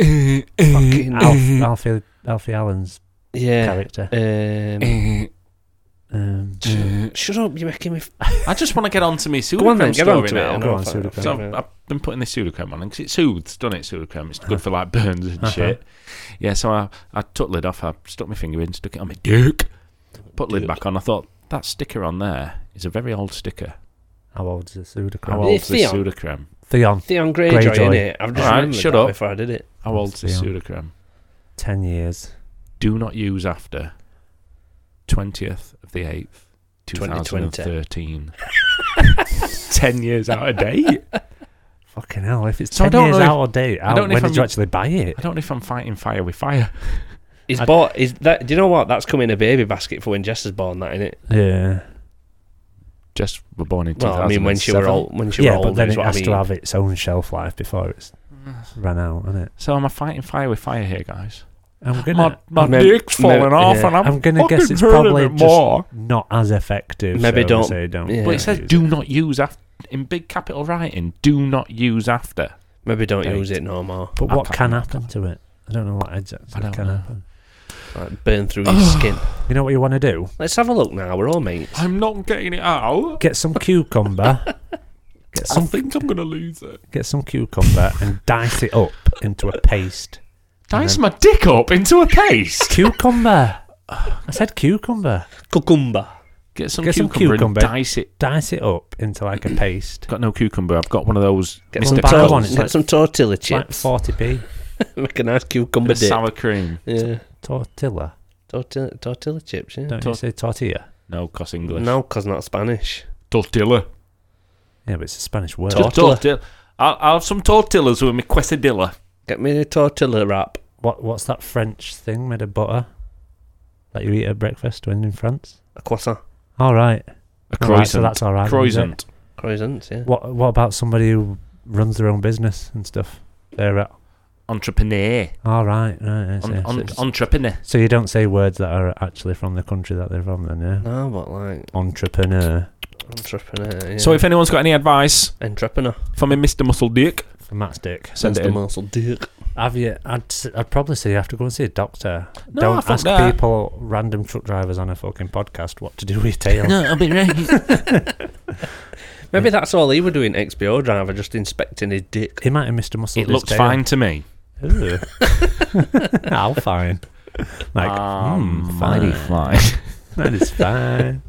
[SPEAKER 2] Uh, fucking
[SPEAKER 1] Alf, Alfie, Alfie Allen's
[SPEAKER 2] yeah.
[SPEAKER 1] character.
[SPEAKER 2] Um,
[SPEAKER 1] Um,
[SPEAKER 2] Uh, shut up! You're making me. F-
[SPEAKER 3] I just want to get on to my pseudocreme
[SPEAKER 2] go on then. Get on
[SPEAKER 3] story
[SPEAKER 2] to
[SPEAKER 3] now.
[SPEAKER 2] it.
[SPEAKER 1] Go on, Sudocrem.
[SPEAKER 3] So I've- I've been putting this pseudocreme on because it soothes, doesn't it? Pseudocreme, it's good for like burns and
[SPEAKER 1] Uh-huh.
[SPEAKER 3] shit. Yeah, so I, I took lid off, I stuck my finger in, stuck it on my dick, put lid
[SPEAKER 2] Dick.
[SPEAKER 3] back on. I thought that sticker on there is a very old sticker.
[SPEAKER 1] how old's the pseudocreme?
[SPEAKER 3] How
[SPEAKER 2] old?
[SPEAKER 3] old's the
[SPEAKER 2] Theon.
[SPEAKER 3] pseudocreme?
[SPEAKER 1] Theon.
[SPEAKER 2] Theon Greyjoy,
[SPEAKER 1] Greyjoy.
[SPEAKER 2] innit? I've just
[SPEAKER 3] Alright,
[SPEAKER 2] remembered
[SPEAKER 3] shut
[SPEAKER 2] that
[SPEAKER 3] up.
[SPEAKER 2] before I did it.
[SPEAKER 3] How old's the
[SPEAKER 1] Theon.
[SPEAKER 3] pseudocreme?
[SPEAKER 1] Ten years.
[SPEAKER 3] Do not use after twentieth of the eighth, two
[SPEAKER 2] 2020.
[SPEAKER 3] thousand thirteen. Ten years out of date.
[SPEAKER 1] Fucking hell! If it's
[SPEAKER 3] So I
[SPEAKER 1] ten
[SPEAKER 3] don't
[SPEAKER 1] years
[SPEAKER 3] know if-
[SPEAKER 1] out of date, how,
[SPEAKER 3] don't know if
[SPEAKER 1] when did
[SPEAKER 3] I'm-
[SPEAKER 1] you actually buy it?
[SPEAKER 3] I don't know if I'm fighting fire with fire.
[SPEAKER 2] He's
[SPEAKER 1] I-
[SPEAKER 2] bought. Is that? Do you know what? That's come in a baby basket for when Jess is born. That in it.
[SPEAKER 1] Yeah.
[SPEAKER 3] Just were born in two
[SPEAKER 2] Well,
[SPEAKER 3] thousand.
[SPEAKER 2] I mean, when she were old, when she
[SPEAKER 1] yeah,
[SPEAKER 2] were
[SPEAKER 1] but
[SPEAKER 2] old,
[SPEAKER 1] then
[SPEAKER 2] is
[SPEAKER 1] it
[SPEAKER 2] what I
[SPEAKER 1] has
[SPEAKER 2] mean.
[SPEAKER 1] to have its own shelf life before it's run out, isn't it?
[SPEAKER 3] So am I fighting fire with fire here, guys?
[SPEAKER 1] I'm gonna.
[SPEAKER 3] My, my
[SPEAKER 2] Maybe-
[SPEAKER 3] dick's falling
[SPEAKER 2] maybe-
[SPEAKER 3] off,
[SPEAKER 2] yeah.
[SPEAKER 3] and I'm,
[SPEAKER 1] I'm gonna guess
[SPEAKER 3] fucking
[SPEAKER 1] it's
[SPEAKER 3] hurting
[SPEAKER 1] probably
[SPEAKER 3] it
[SPEAKER 1] just-
[SPEAKER 3] more.
[SPEAKER 1] not as effective. so
[SPEAKER 2] Maybe
[SPEAKER 1] we
[SPEAKER 2] don't-
[SPEAKER 1] say don't.
[SPEAKER 2] yeah.
[SPEAKER 3] But it says
[SPEAKER 1] use
[SPEAKER 3] do not use after in big capital writing. Do not use after.
[SPEAKER 2] Maybe don't
[SPEAKER 3] Don't.
[SPEAKER 2] use it no more.
[SPEAKER 1] But
[SPEAKER 3] I
[SPEAKER 1] what
[SPEAKER 3] can't-
[SPEAKER 1] can happen to it? I don't know what exactly
[SPEAKER 3] I don't
[SPEAKER 1] can
[SPEAKER 3] know.
[SPEAKER 1] happen.
[SPEAKER 2] Like burn through your skin.
[SPEAKER 1] You know what you want to do?
[SPEAKER 2] Let's have a look now. We're all mates.
[SPEAKER 3] I'm not getting it out.
[SPEAKER 1] Get some cucumber. get
[SPEAKER 3] I
[SPEAKER 1] some
[SPEAKER 3] think I'm gonna lose it.
[SPEAKER 1] get some cucumber and dice it up into a paste.
[SPEAKER 3] Dice my dick up into a paste.
[SPEAKER 1] Cucumber. I said cucumber.
[SPEAKER 2] Cucumber.
[SPEAKER 3] Get some
[SPEAKER 1] Get some
[SPEAKER 3] cucumber,
[SPEAKER 1] cucumber.
[SPEAKER 3] and dice it.
[SPEAKER 1] Dice it up into like a paste.
[SPEAKER 3] Got no cucumber. I've got one of those
[SPEAKER 2] Get
[SPEAKER 1] It's
[SPEAKER 2] some,
[SPEAKER 1] a bad
[SPEAKER 2] tor-
[SPEAKER 1] one,
[SPEAKER 2] get
[SPEAKER 1] it's like-
[SPEAKER 2] some tortilla
[SPEAKER 1] It's like
[SPEAKER 2] chips.
[SPEAKER 1] 40p
[SPEAKER 2] Make a nice cucumber dip.
[SPEAKER 3] sour cream.
[SPEAKER 2] Yeah.
[SPEAKER 1] tortilla.
[SPEAKER 2] Tortilla, tortilla chips, yeah.
[SPEAKER 1] Don't
[SPEAKER 3] Tor-
[SPEAKER 1] you say tortilla?
[SPEAKER 3] No, cos English.
[SPEAKER 2] No, because not Spanish.
[SPEAKER 3] tortilla.
[SPEAKER 1] Yeah, but it's a Spanish word.
[SPEAKER 2] Tor-
[SPEAKER 3] Just tortilla. I'll, I'll have some tortillas with me quesadilla.
[SPEAKER 2] Get me a tortilla wrap.
[SPEAKER 1] what what's that French thing made of butter that you eat at breakfast when in France?
[SPEAKER 2] A croissant.
[SPEAKER 1] All right.
[SPEAKER 3] A
[SPEAKER 1] All right, so that's all right. then, is it?
[SPEAKER 3] croissant.
[SPEAKER 2] Croissants, yeah.
[SPEAKER 1] What what about somebody who runs their own business and stuff? They're at,
[SPEAKER 3] Entrepreneur.
[SPEAKER 1] all right, right. I see,
[SPEAKER 3] On,
[SPEAKER 1] I
[SPEAKER 3] on,
[SPEAKER 1] see.
[SPEAKER 3] entrepreneur.
[SPEAKER 1] so you don't say words that are actually from the country that they're from, then, yeah.
[SPEAKER 2] No, but like
[SPEAKER 1] Entrepreneur
[SPEAKER 2] entrepreneur. Yeah.
[SPEAKER 3] So if anyone's got any advice
[SPEAKER 2] entrepreneur,
[SPEAKER 3] for me, Mr. Muscle Dick,
[SPEAKER 1] for Matt's dick.
[SPEAKER 3] send
[SPEAKER 2] Mr.
[SPEAKER 3] it in.
[SPEAKER 2] Marcel Dirk.
[SPEAKER 1] Have you? I'd s- I'd probably say you have to go and see a doctor.
[SPEAKER 3] No, I
[SPEAKER 1] don't
[SPEAKER 3] thought
[SPEAKER 1] ask
[SPEAKER 3] that-
[SPEAKER 1] people, random truck drivers on a fucking podcast, what to do with your tail.
[SPEAKER 4] No, I'll be right.
[SPEAKER 2] Maybe that's all he were doing XBO driver, just inspecting his dick.
[SPEAKER 1] He might have missed a muscle.
[SPEAKER 3] It looks fine to me.
[SPEAKER 1] Ooh. I'll fine. Like,
[SPEAKER 3] Um,
[SPEAKER 1] hmm,
[SPEAKER 3] mighty
[SPEAKER 1] fine.
[SPEAKER 3] fine.
[SPEAKER 1] That is fine.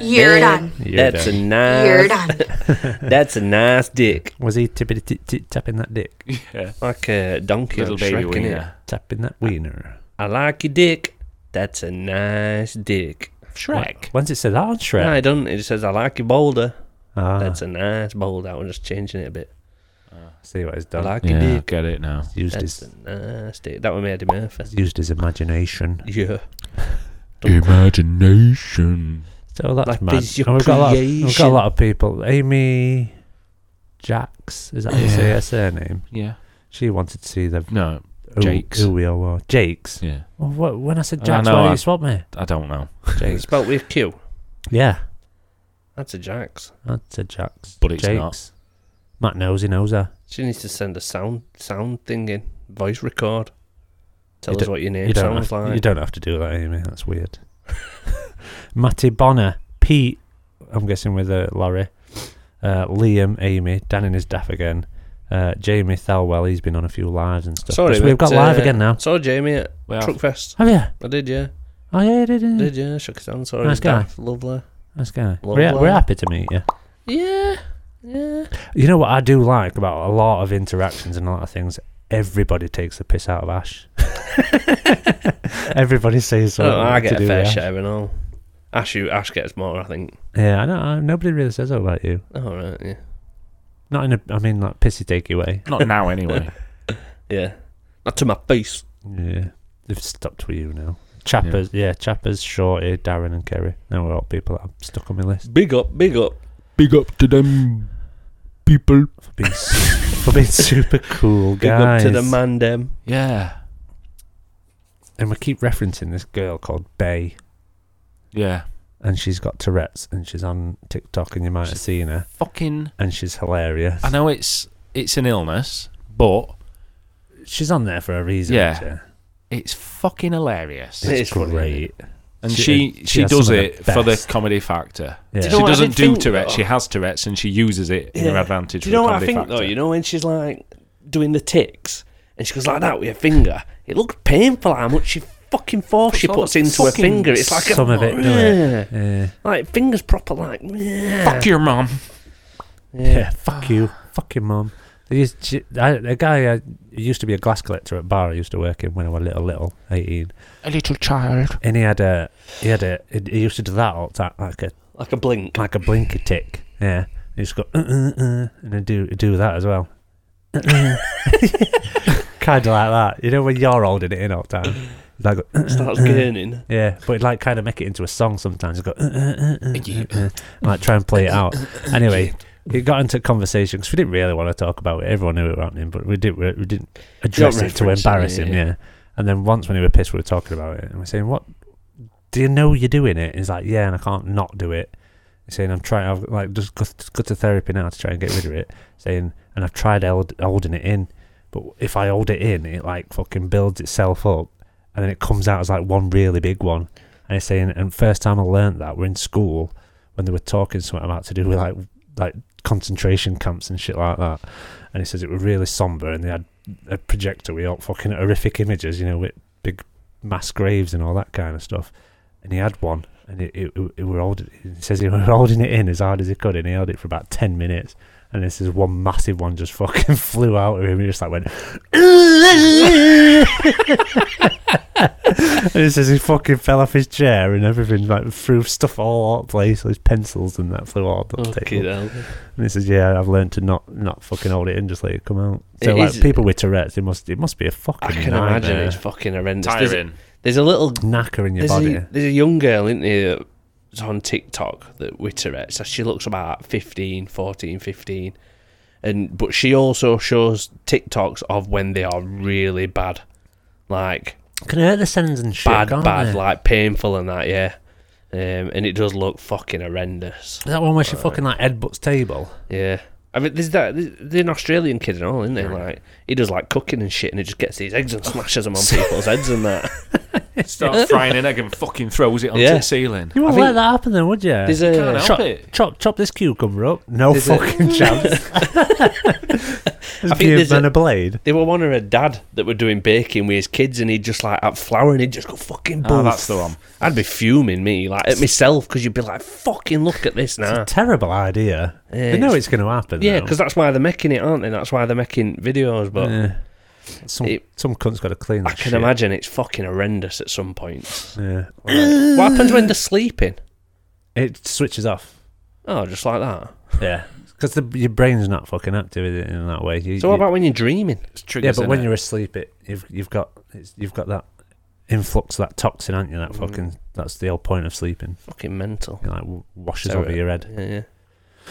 [SPEAKER 5] You're done.
[SPEAKER 1] You're
[SPEAKER 2] that's
[SPEAKER 1] done.
[SPEAKER 2] a
[SPEAKER 5] You're
[SPEAKER 2] nice.
[SPEAKER 5] done.
[SPEAKER 2] that's a nice dick.
[SPEAKER 1] Was he tippity tit tit tapping that dick?
[SPEAKER 3] yeah.
[SPEAKER 2] Like a donkey
[SPEAKER 3] Little
[SPEAKER 2] on
[SPEAKER 3] baby
[SPEAKER 2] Shrek, innit?
[SPEAKER 3] wiener.
[SPEAKER 1] Tapping that wiener.
[SPEAKER 2] I like your dick. That's a nice dick.
[SPEAKER 3] Shrek.
[SPEAKER 1] When's it say that on
[SPEAKER 2] No,
[SPEAKER 1] Shrek?
[SPEAKER 2] I don't. It just says I like your boulder.
[SPEAKER 1] Ah,
[SPEAKER 2] That's a nice boulder. I'm just changing it a bit.
[SPEAKER 1] see what he's
[SPEAKER 2] I
[SPEAKER 1] done.
[SPEAKER 2] like
[SPEAKER 3] Yeah,
[SPEAKER 2] your
[SPEAKER 3] I
[SPEAKER 2] dick.
[SPEAKER 3] get it now.
[SPEAKER 1] He's used
[SPEAKER 2] That's
[SPEAKER 1] his
[SPEAKER 2] a nice dick. That one made him Murphy.
[SPEAKER 1] he's used his imagination.
[SPEAKER 2] Yeah.
[SPEAKER 3] Imagination.
[SPEAKER 1] So that's
[SPEAKER 2] Like
[SPEAKER 1] mad.
[SPEAKER 2] this your
[SPEAKER 1] And we've got a lot. Of, we've got a
[SPEAKER 2] creation.
[SPEAKER 1] lot of people. Amy Jacks is that how you say
[SPEAKER 3] Yeah.
[SPEAKER 1] her surname?
[SPEAKER 3] Yeah.
[SPEAKER 1] She wanted to see the
[SPEAKER 3] No.
[SPEAKER 1] who,
[SPEAKER 3] Jakes.
[SPEAKER 1] who we all were. Jakes.
[SPEAKER 3] Yeah.
[SPEAKER 1] Well, what, when I said
[SPEAKER 3] I
[SPEAKER 1] Jacks,
[SPEAKER 3] know,
[SPEAKER 1] why did
[SPEAKER 3] I-
[SPEAKER 1] you swap me?
[SPEAKER 3] I don't know.
[SPEAKER 2] It's spelled with Q.
[SPEAKER 1] Yeah,
[SPEAKER 2] That's a Jax.
[SPEAKER 1] I said Jacks.
[SPEAKER 3] But it's
[SPEAKER 1] Jakes.
[SPEAKER 3] not.
[SPEAKER 1] Matt knows. He knows her.
[SPEAKER 2] She needs to send a sound sound thing in. Voice record. Tell
[SPEAKER 1] You
[SPEAKER 2] us
[SPEAKER 1] don't-
[SPEAKER 2] what your name
[SPEAKER 1] You don't,
[SPEAKER 2] sounds
[SPEAKER 1] have,
[SPEAKER 2] like.
[SPEAKER 1] you don't have to do that, Amy. That's weird. Matty Bonner, Pete, I'm guessing with uh, Laurie, uh, Liam, Amy, Dan and his daff again, uh, Jamie Thalwell, he's been on a few lives and stuff.
[SPEAKER 2] Sorry,
[SPEAKER 1] So we've got
[SPEAKER 2] but,
[SPEAKER 1] live
[SPEAKER 2] uh,
[SPEAKER 1] again now.
[SPEAKER 2] Saw Jamie at
[SPEAKER 3] Well,
[SPEAKER 2] Truckfest.
[SPEAKER 1] Have you?
[SPEAKER 2] I did, yeah.
[SPEAKER 1] Oh, yeah, you did, yeah.
[SPEAKER 2] Did, yeah. Shook his hand. Saw
[SPEAKER 1] Nice
[SPEAKER 2] his
[SPEAKER 1] guy.
[SPEAKER 2] dad. Lovely.
[SPEAKER 1] That's good.
[SPEAKER 2] Well,
[SPEAKER 1] We're,
[SPEAKER 2] well.
[SPEAKER 1] we're happy to meet you.
[SPEAKER 2] Yeah. Yeah.
[SPEAKER 1] You know what I do like about a lot of interactions and a lot of things? Everybody takes the piss out of Ash. Everybody says something.
[SPEAKER 2] Oh, I
[SPEAKER 1] to
[SPEAKER 2] get
[SPEAKER 1] do
[SPEAKER 2] a fair
[SPEAKER 1] with Ash.
[SPEAKER 2] share and all. Ash, you, Ash gets more, I think.
[SPEAKER 1] Yeah, I know. I, nobody really says that about you.
[SPEAKER 2] All right, yeah.
[SPEAKER 1] Not in a, I mean, like, pissy takey way.
[SPEAKER 3] not now anyway.
[SPEAKER 2] Yeah. Not to my face.
[SPEAKER 1] Yeah, they've stopped with you now. Chappers, yeah, Chappers, Shorty, Darren, and Kerry. They were all people that are stuck on my list
[SPEAKER 2] Big up, big up.
[SPEAKER 3] Big up to them people.
[SPEAKER 1] for being su- for being super cool
[SPEAKER 2] Big
[SPEAKER 1] guys.
[SPEAKER 2] up to the man dem.
[SPEAKER 3] Yeah.
[SPEAKER 1] And we keep referencing this girl called Bay,
[SPEAKER 3] Yeah.
[SPEAKER 1] and she's got Tourette's, and she's on TikTok, and you might have seen her,
[SPEAKER 3] Fucking.
[SPEAKER 1] and she's hilarious.
[SPEAKER 3] I know it's it's an illness, but
[SPEAKER 1] She's on there for a reason.
[SPEAKER 3] Yeah.
[SPEAKER 1] isn't
[SPEAKER 3] it's fucking hilarious.
[SPEAKER 1] she?
[SPEAKER 2] It
[SPEAKER 1] it's,
[SPEAKER 2] is funny, isn't
[SPEAKER 1] great.
[SPEAKER 3] And
[SPEAKER 1] She-
[SPEAKER 3] she
[SPEAKER 1] she
[SPEAKER 3] she,
[SPEAKER 1] has
[SPEAKER 3] does
[SPEAKER 1] some of the
[SPEAKER 3] it for the
[SPEAKER 1] best.
[SPEAKER 3] comedy factor.
[SPEAKER 1] Yeah.
[SPEAKER 2] Do
[SPEAKER 3] She
[SPEAKER 2] you know what I
[SPEAKER 3] doesn't
[SPEAKER 2] did
[SPEAKER 3] do
[SPEAKER 2] think,
[SPEAKER 3] Tourette's.
[SPEAKER 2] though?
[SPEAKER 3] She has Tourette's, and she uses it in her
[SPEAKER 2] Yeah.
[SPEAKER 3] advantage.
[SPEAKER 2] Do
[SPEAKER 3] for
[SPEAKER 2] you know
[SPEAKER 3] the
[SPEAKER 2] what I
[SPEAKER 3] comedy
[SPEAKER 2] think
[SPEAKER 3] factor.
[SPEAKER 2] though? You know when she's like doing the ticks and she goes like that with her finger, it looks painful how much she fucking force she
[SPEAKER 3] Puts all
[SPEAKER 2] puts
[SPEAKER 3] the
[SPEAKER 2] into her
[SPEAKER 3] fucking
[SPEAKER 2] finger. It's like
[SPEAKER 1] some
[SPEAKER 2] a,
[SPEAKER 1] of it, don't
[SPEAKER 2] Yeah.
[SPEAKER 1] it? Yeah.
[SPEAKER 2] like fingers proper like
[SPEAKER 3] Fuck
[SPEAKER 2] fuck
[SPEAKER 3] your mum.
[SPEAKER 1] Yeah, fuck you, fuck your mum. They used she, I, a guy uh, used to be a glass collector at bar I used to work in when I was little, little, eighteen,
[SPEAKER 3] A little child.
[SPEAKER 1] and he had a, he had a, he he used to do that all the time, like a,
[SPEAKER 2] like a blink.
[SPEAKER 1] like a blinker tick, yeah. He just go uh, uh, uh, and he'd do he'd do that as well, kind of like that. You know when you're holding it in all the time, he'd like go, uh, uh,
[SPEAKER 2] Starts
[SPEAKER 1] uh,
[SPEAKER 2] gurning.
[SPEAKER 1] yeah, but he'd like kind of make it into a song sometimes. He'd go, uh, uh, uh, uh, uh, uh, like try and play it out. Anyway, it got into conversation 'cause we didn't really want to talk about it. Everyone knew it was happening, but we didn't we, we didn't address it to
[SPEAKER 2] referencing
[SPEAKER 1] embarrass
[SPEAKER 2] it,
[SPEAKER 1] him.
[SPEAKER 2] yeah.
[SPEAKER 1] Yeah, And then once when he were pissed, we were talking about it, and we're saying, "What? Do you know you're doing it?" And he's like, "Yeah," and I can't not do it. He's saying, "I'm trying. I've like just go, go to therapy now to try and get rid of it." Saying, "And I've tried held, holding it in, but if I hold it in, it like fucking builds itself up, and then it comes out as like one really big one." And he's saying, "And first time I learnt that, we're in school when they were talking something about to do with like like concentration camps and shit like that." And he says it was really somber, and they had a projector with all fucking horrific images, you know, with big mass graves and all that kind of stuff. And he had one, and it, it, it, were holding. He says he were holding it in as hard as he could, and he held it for about ten minutes. And this is one massive one just fucking flew out of him. He just like went. and he says he fucking fell off his chair and everything, like threw stuff all over the place, his pencils and that flew all over
[SPEAKER 2] Oh,
[SPEAKER 1] the table. And he says, "Yeah, I've learned to not not fucking hold it in, just let it come out." So
[SPEAKER 2] It
[SPEAKER 1] like
[SPEAKER 2] is-
[SPEAKER 1] people with Tourette's, it must it must be a fucking
[SPEAKER 2] I can
[SPEAKER 1] nightmare.
[SPEAKER 2] imagine it's fucking horrendous. There's a,
[SPEAKER 3] Tiring.
[SPEAKER 2] there's a little
[SPEAKER 1] knacker in your
[SPEAKER 2] there's
[SPEAKER 1] body.
[SPEAKER 2] a, there's a young girl, isn't there, that's on TikTok that with Tourette's. She looks about 15, 14, 15. And, but she also shows TikToks of when they are really bad. Like,
[SPEAKER 1] can hurt the sends and shit.
[SPEAKER 2] bad,
[SPEAKER 1] can't
[SPEAKER 2] bad,
[SPEAKER 1] they?
[SPEAKER 2] like painful and that, yeah. Um, and it does look fucking horrendous.
[SPEAKER 1] Is that one
[SPEAKER 2] Uh,
[SPEAKER 1] where she fucking like headbutts table?
[SPEAKER 2] Yeah. I mean, there's that. They're an Australian kid and all, isn't they? Like, he does like cooking and shit, and he just gets these eggs and smashes them on people's heads and that.
[SPEAKER 3] Starts frying an egg and fucking throws it onto
[SPEAKER 2] Yeah.
[SPEAKER 3] the ceiling.
[SPEAKER 1] You wouldn't
[SPEAKER 2] I
[SPEAKER 1] let
[SPEAKER 2] think-
[SPEAKER 1] that happen, then, would you?
[SPEAKER 2] There's a
[SPEAKER 3] Can't help
[SPEAKER 1] chop,
[SPEAKER 3] it.
[SPEAKER 1] chop, chop this cucumber up. No
[SPEAKER 2] There's a-
[SPEAKER 1] fucking chance.
[SPEAKER 2] I
[SPEAKER 1] I
[SPEAKER 2] think
[SPEAKER 1] think
[SPEAKER 2] there's
[SPEAKER 1] a,
[SPEAKER 2] a-
[SPEAKER 1] blade.
[SPEAKER 2] They were one of a dad that were doing baking with his kids, and he'd just like have flour, and he'd just go fucking.
[SPEAKER 1] Ah,
[SPEAKER 3] Oh,
[SPEAKER 2] boof.
[SPEAKER 3] that's the one.
[SPEAKER 2] I'd be fuming me like at myself because you'd be like, "Fucking look at this now."
[SPEAKER 1] Terrible idea.
[SPEAKER 2] Ah. Yeah,
[SPEAKER 1] they know
[SPEAKER 2] it's-
[SPEAKER 1] it's going to happen.
[SPEAKER 2] Yeah,
[SPEAKER 1] though.
[SPEAKER 2] because that's why they're making it, aren't they? That's why they're making videos. But
[SPEAKER 1] Yeah. some
[SPEAKER 2] it-
[SPEAKER 1] some cunt's got to clean.
[SPEAKER 2] I
[SPEAKER 1] that
[SPEAKER 2] can
[SPEAKER 1] shit.
[SPEAKER 2] imagine it's fucking horrendous at some point.
[SPEAKER 1] Yeah.
[SPEAKER 2] what happens when they're sleeping?
[SPEAKER 1] It switches off.
[SPEAKER 2] Oh, just like that.
[SPEAKER 1] Yeah, because your brain's not fucking active is it, in that way. You,
[SPEAKER 2] So what
[SPEAKER 1] you-
[SPEAKER 2] about when you're dreaming?
[SPEAKER 3] It's
[SPEAKER 1] yeah,
[SPEAKER 3] triggers,
[SPEAKER 1] but
[SPEAKER 3] innit?
[SPEAKER 1] when you're asleep, it you've you've got it's, you've got that influx of that toxin, aren't you?
[SPEAKER 2] Mm.
[SPEAKER 1] That fucking that's the whole point of sleeping.
[SPEAKER 2] Fucking mental.
[SPEAKER 1] It like w- washes
[SPEAKER 2] So,
[SPEAKER 1] over
[SPEAKER 2] uh,
[SPEAKER 1] your head.
[SPEAKER 2] Yeah, yeah.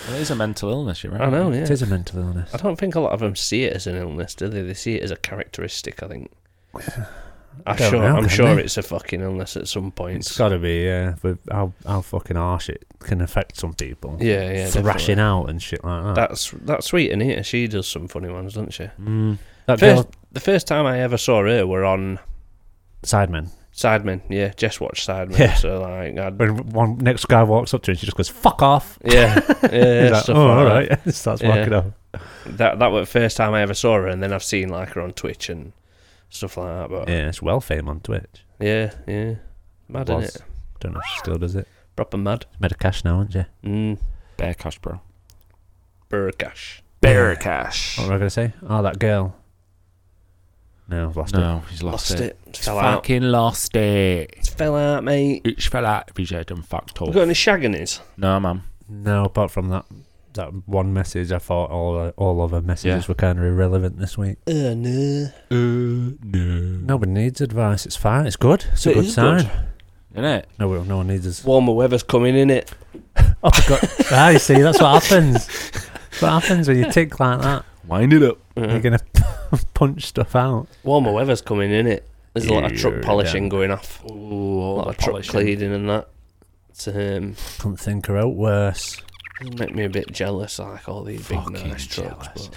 [SPEAKER 3] Well, it is a mental illness, you're right.
[SPEAKER 2] I
[SPEAKER 1] It
[SPEAKER 2] know. Oh, Yeah.
[SPEAKER 1] is a mental illness.
[SPEAKER 2] I don't think a lot of them see it as an illness, do they? They see it as a characteristic. I think. I'm
[SPEAKER 1] don't
[SPEAKER 2] sure.
[SPEAKER 1] know,
[SPEAKER 2] I'm
[SPEAKER 1] can
[SPEAKER 2] sure
[SPEAKER 1] they?
[SPEAKER 2] it's a fucking illness at some point.
[SPEAKER 1] It's got to be yeah. With how how fucking harsh it can affect some people.
[SPEAKER 2] Yeah, yeah.
[SPEAKER 1] thrashing
[SPEAKER 2] definitely.
[SPEAKER 1] out and shit like that.
[SPEAKER 2] That's that's sweet, and here she does some funny ones, doesn't she?
[SPEAKER 3] Mm.
[SPEAKER 1] That,
[SPEAKER 2] First,
[SPEAKER 1] girl,
[SPEAKER 2] the first time I ever saw her were on
[SPEAKER 1] Sidemen.
[SPEAKER 2] Sidemen. Yeah, just watch Sidemen.
[SPEAKER 1] Yeah.
[SPEAKER 2] So like, I'd,
[SPEAKER 1] When one next guy walks up to her and she just goes "fuck off."
[SPEAKER 2] yeah, yeah.
[SPEAKER 1] He's like,
[SPEAKER 2] stuff
[SPEAKER 1] oh,
[SPEAKER 2] like
[SPEAKER 1] all
[SPEAKER 2] that.
[SPEAKER 1] right. Starts
[SPEAKER 2] Yeah.
[SPEAKER 1] walking off.
[SPEAKER 2] That that was the first time I ever saw her, and then I've seen like her on Twitch and stuff like that. But yeah,
[SPEAKER 1] Yeah, it's well fame on Twitch.
[SPEAKER 2] yeah, mad in
[SPEAKER 1] Was.
[SPEAKER 2] it,
[SPEAKER 1] Don't know if she still does it.
[SPEAKER 2] proper mad.
[SPEAKER 1] Made a cash now, aren't you?
[SPEAKER 2] Mm,
[SPEAKER 3] Bear cash, bro.
[SPEAKER 2] Burkash.
[SPEAKER 3] Bear cash.
[SPEAKER 1] What am I going to say? Oh, that girl. No, I've lost it.
[SPEAKER 3] No, he's lost,
[SPEAKER 2] Lost
[SPEAKER 3] it.
[SPEAKER 2] it.
[SPEAKER 3] He's
[SPEAKER 2] Fell out.
[SPEAKER 3] fucking lost it.
[SPEAKER 2] It's fell out, mate.
[SPEAKER 3] It's fell out of his head and fucked
[SPEAKER 2] We
[SPEAKER 3] off.
[SPEAKER 2] got any shagginies?
[SPEAKER 3] No, man.
[SPEAKER 1] No, apart from that that one message, I thought all all other messages
[SPEAKER 3] Yeah.
[SPEAKER 1] were kind of irrelevant this week.
[SPEAKER 2] Uh, no.
[SPEAKER 3] Uh, no.
[SPEAKER 1] Nobody needs advice. It's fine. It's good. It's a
[SPEAKER 2] It
[SPEAKER 1] good
[SPEAKER 2] is
[SPEAKER 1] sign.
[SPEAKER 2] good.
[SPEAKER 3] Innit?
[SPEAKER 1] No, one- no one needs us.
[SPEAKER 2] Warmer weather's coming in it.
[SPEAKER 1] Oh, I got, ah, you see, that's what happens. That's what happens when you tick like that.
[SPEAKER 3] Wind it up.
[SPEAKER 1] You're going to punch stuff out.
[SPEAKER 2] Uh-huh. Warmer weather's coming in it. There's a lot of truck
[SPEAKER 1] You're
[SPEAKER 2] polishing
[SPEAKER 1] down.
[SPEAKER 2] going off.
[SPEAKER 3] Ooh,
[SPEAKER 2] A
[SPEAKER 3] all
[SPEAKER 2] lot
[SPEAKER 3] the
[SPEAKER 2] of truck
[SPEAKER 3] polishing.
[SPEAKER 2] cleaning and that. It's, um,
[SPEAKER 1] Couldn't think her out worse.
[SPEAKER 2] it'll make me a bit jealous. I like all these big
[SPEAKER 3] Fucking
[SPEAKER 2] nice trucks.
[SPEAKER 3] jealous.
[SPEAKER 2] but-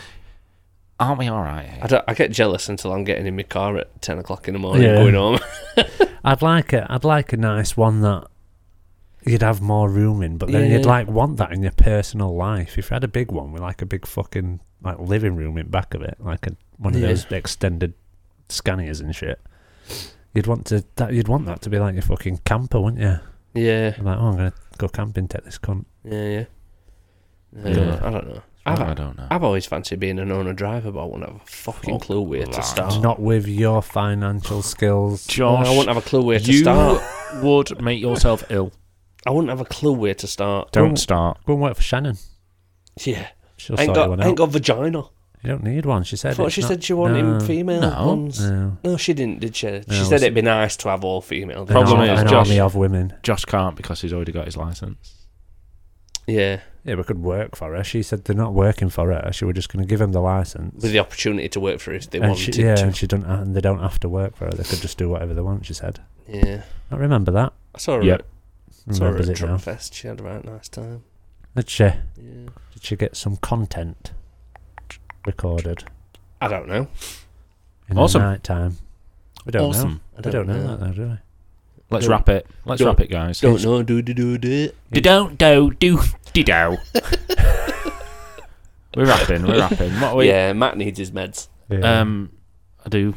[SPEAKER 3] Aren't we alright?
[SPEAKER 2] I, don't, I get jealous until I'm getting in my car at ten o'clock in the morning
[SPEAKER 1] Yeah.
[SPEAKER 2] going home.
[SPEAKER 1] I'd like a I'd like a nice one that you'd have more room in, but then you'd
[SPEAKER 2] Yeah.
[SPEAKER 1] like want that in your personal life. If you had a big one with like a big fucking like living room in back of it, like a, one of
[SPEAKER 2] Yeah.
[SPEAKER 1] those extended scanners and shit. You'd want to that you'd want that to be like your fucking camper, wouldn't you?
[SPEAKER 2] yeah,
[SPEAKER 1] You're like, oh, I'm gonna go camping, take this cunt.
[SPEAKER 2] yeah, yeah. Uh,
[SPEAKER 3] Yeah.
[SPEAKER 2] I don't know.
[SPEAKER 3] I,
[SPEAKER 2] I've,
[SPEAKER 3] don't know.
[SPEAKER 2] I've always fancied being an owner driver, but I wouldn't have a fucking
[SPEAKER 3] Fuck
[SPEAKER 2] clue where to
[SPEAKER 3] that.
[SPEAKER 2] start.
[SPEAKER 1] Not with your financial skills.
[SPEAKER 3] Josh,
[SPEAKER 2] I wouldn't have a clue where to
[SPEAKER 3] you
[SPEAKER 2] start.
[SPEAKER 3] would make yourself ill.
[SPEAKER 2] I wouldn't have a clue where to start.
[SPEAKER 1] Don't
[SPEAKER 3] start.
[SPEAKER 1] Go and work for Shannon.
[SPEAKER 2] Yeah,
[SPEAKER 1] She'll
[SPEAKER 2] I ain't
[SPEAKER 1] sort you
[SPEAKER 2] got,
[SPEAKER 1] one
[SPEAKER 2] I ain't
[SPEAKER 1] out.
[SPEAKER 2] got vagina.
[SPEAKER 1] You don't need one. She
[SPEAKER 2] I
[SPEAKER 1] said.
[SPEAKER 2] thought
[SPEAKER 1] it's
[SPEAKER 2] she
[SPEAKER 1] not-
[SPEAKER 2] said she wanted
[SPEAKER 1] no,
[SPEAKER 2] female
[SPEAKER 3] No.
[SPEAKER 2] ones.
[SPEAKER 1] No.
[SPEAKER 2] No, she didn't, did she? She
[SPEAKER 1] No,
[SPEAKER 2] said
[SPEAKER 1] she-
[SPEAKER 2] it'd be nice to have all female.
[SPEAKER 1] An
[SPEAKER 2] didn't
[SPEAKER 3] Problem
[SPEAKER 1] ar-
[SPEAKER 2] she?
[SPEAKER 3] is,
[SPEAKER 1] an
[SPEAKER 3] Josh-
[SPEAKER 1] army of women.
[SPEAKER 3] Josh can't because he's already got his license.
[SPEAKER 2] yeah,
[SPEAKER 1] Yeah, we could work for her. She said they're not working for her. She were just going to give him the license.
[SPEAKER 2] with the opportunity to work for us if they
[SPEAKER 1] and
[SPEAKER 2] wanted
[SPEAKER 1] she, yeah,
[SPEAKER 2] to.
[SPEAKER 1] and she don't, and they don't have to work for her. They could just do whatever they want. She said.
[SPEAKER 2] Yeah.
[SPEAKER 1] I remember that.
[SPEAKER 2] I saw her,
[SPEAKER 3] Yeah.
[SPEAKER 2] at, I saw her
[SPEAKER 1] Remembers
[SPEAKER 2] at
[SPEAKER 1] it now.
[SPEAKER 2] Drum Fest. She had a right nice time.
[SPEAKER 1] Did she? Did
[SPEAKER 2] Yeah.
[SPEAKER 1] she get some content recorded
[SPEAKER 2] I don't know.
[SPEAKER 1] in
[SPEAKER 3] Awesome.
[SPEAKER 1] the night time? We don't
[SPEAKER 3] awesome.
[SPEAKER 1] know.
[SPEAKER 2] I
[SPEAKER 1] We don't
[SPEAKER 2] don't,
[SPEAKER 1] know that though, do we?
[SPEAKER 3] Let's
[SPEAKER 2] Don't-
[SPEAKER 3] wrap it. Let's
[SPEAKER 2] don't-
[SPEAKER 3] wrap it, guys.
[SPEAKER 2] Don't know. Do do do do.
[SPEAKER 3] Do don't do do do do. We're rapping. We're rapping. What are we?
[SPEAKER 2] yeah, Matt needs his meds.
[SPEAKER 1] Yeah.
[SPEAKER 3] Um, I do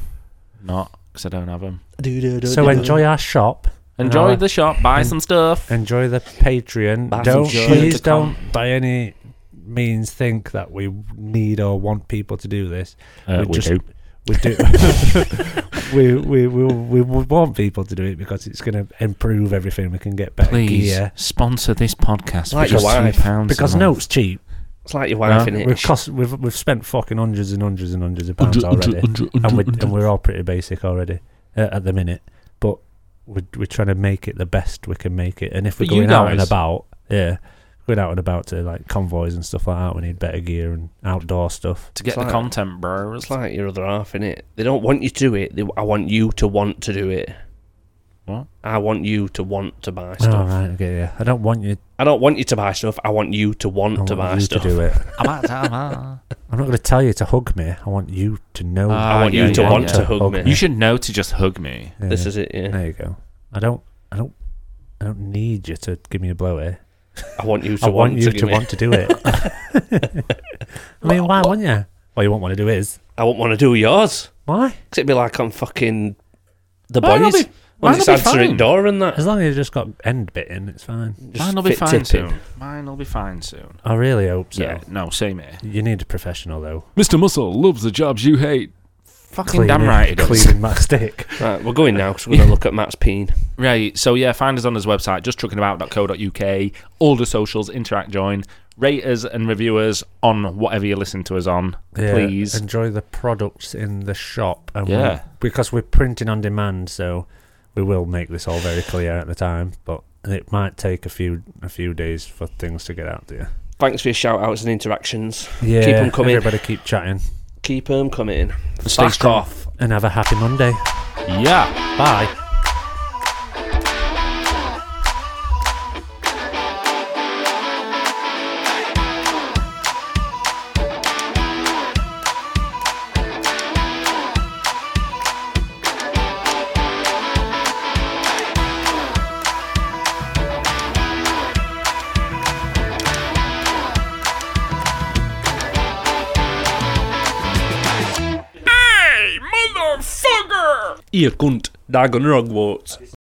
[SPEAKER 3] not because I don't have them.
[SPEAKER 2] Do do do.
[SPEAKER 1] so
[SPEAKER 2] do.
[SPEAKER 1] enjoy our shop.
[SPEAKER 3] Enjoy
[SPEAKER 1] No.
[SPEAKER 3] the shop. Buy some stuff.
[SPEAKER 1] Enjoy the Patreon.
[SPEAKER 2] Buy some
[SPEAKER 1] don't
[SPEAKER 2] shirts.
[SPEAKER 1] please
[SPEAKER 3] To come.
[SPEAKER 1] don't by any means think that we need or want people to do this.
[SPEAKER 3] Uh,
[SPEAKER 1] We
[SPEAKER 3] we
[SPEAKER 1] just-
[SPEAKER 3] do.
[SPEAKER 1] We do. we, we we we would want people to do it because it's going to improve everything. We can get better
[SPEAKER 3] Please
[SPEAKER 1] gear
[SPEAKER 3] sponsor this podcast
[SPEAKER 2] Like
[SPEAKER 3] for just
[SPEAKER 2] your
[SPEAKER 3] three
[SPEAKER 2] wife.
[SPEAKER 3] pounds. a
[SPEAKER 1] because
[SPEAKER 3] month.
[SPEAKER 1] note's cheap.
[SPEAKER 2] It's like your wife in
[SPEAKER 1] We've
[SPEAKER 2] it.
[SPEAKER 1] cost we've we've spent fucking hundreds and hundreds and hundreds of pounds already, and we and we're all pretty basic already uh, at the minute. But we're we're trying to make it the best we can make it, and if we're
[SPEAKER 3] But you
[SPEAKER 1] going out and
[SPEAKER 3] guys-
[SPEAKER 1] about, yeah. Going out and about to like convoys and stuff like that, we need better gear and outdoor stuff.
[SPEAKER 3] to get
[SPEAKER 2] It's
[SPEAKER 3] the
[SPEAKER 2] like-
[SPEAKER 3] content, bro.
[SPEAKER 2] It's like your other half in it. They don't want you to do it. They, I want you to want to do it.
[SPEAKER 3] What?
[SPEAKER 2] I want you to want to buy
[SPEAKER 1] All right,
[SPEAKER 2] stuff.
[SPEAKER 1] okay, yeah. I don't want you
[SPEAKER 2] I don't want you to buy stuff. I want you to
[SPEAKER 1] I
[SPEAKER 2] want
[SPEAKER 1] want
[SPEAKER 2] to buy
[SPEAKER 1] you
[SPEAKER 2] stuff.
[SPEAKER 1] to do it.
[SPEAKER 3] Ah,
[SPEAKER 1] I'm not going to tell you to hug me. I want you to know.
[SPEAKER 2] I want
[SPEAKER 3] yeah,
[SPEAKER 2] you to
[SPEAKER 3] yeah,
[SPEAKER 2] want
[SPEAKER 3] yeah.
[SPEAKER 2] to hug,
[SPEAKER 1] Hug
[SPEAKER 2] me.
[SPEAKER 1] me.
[SPEAKER 3] You should know to just hug me.
[SPEAKER 1] Yeah,
[SPEAKER 2] This is it. Yeah.
[SPEAKER 1] There you go. I don't. I don't. I don't need you to give me a blow here.
[SPEAKER 2] I want you to
[SPEAKER 1] I
[SPEAKER 2] want,
[SPEAKER 1] want you
[SPEAKER 2] to,
[SPEAKER 1] to
[SPEAKER 2] give me-
[SPEAKER 1] want to do it. I mean, why wouldn't you? Well, you won't want to do his.
[SPEAKER 2] I won't want to do yours.
[SPEAKER 1] Why?
[SPEAKER 2] Cause it'd be like on fucking the
[SPEAKER 3] Mine will
[SPEAKER 2] boys.
[SPEAKER 3] be-
[SPEAKER 2] When
[SPEAKER 3] mine
[SPEAKER 2] it's
[SPEAKER 3] will be
[SPEAKER 2] answering
[SPEAKER 3] fine.
[SPEAKER 2] door and that.
[SPEAKER 1] As long as you just got end bitten, it's fine.
[SPEAKER 2] Just
[SPEAKER 3] Mine'll be
[SPEAKER 2] fit
[SPEAKER 3] fine
[SPEAKER 2] tipping.
[SPEAKER 3] soon. Mine'll be fine soon.
[SPEAKER 1] I really hope so.
[SPEAKER 3] Yeah, no, same here.
[SPEAKER 1] You need a professional though.
[SPEAKER 3] Mr. Muscle loves the jobs you hate. Fucking damn
[SPEAKER 1] Cleaning-
[SPEAKER 3] right it does.
[SPEAKER 1] Cleaning my stick.
[SPEAKER 2] Right, we're going now because we're gonna look at Matt's peen.
[SPEAKER 3] Right, so yeah, find us on his website, justtruckingabout.co.uk, all the socials, interact, join, rate us and reviewers on whatever you listen to us on,
[SPEAKER 1] Yeah,
[SPEAKER 3] please.
[SPEAKER 1] enjoy the products in the shop. And
[SPEAKER 3] Yeah.
[SPEAKER 1] we'll- because we're printing on demand, so we will make this all very clear at the time. But it might take a few a few days for things to get out there.
[SPEAKER 2] Thanks for your shout outs and interactions.
[SPEAKER 1] Yeah,
[SPEAKER 2] 'em coming.
[SPEAKER 1] Everybody keep chatting
[SPEAKER 2] Keep them coming.
[SPEAKER 3] Stay
[SPEAKER 2] Back
[SPEAKER 3] strong.
[SPEAKER 2] off.
[SPEAKER 1] and have a happy Monday.
[SPEAKER 3] Yeah.
[SPEAKER 1] Bye.
[SPEAKER 2] Ihr kunt Dagon Rogwarts.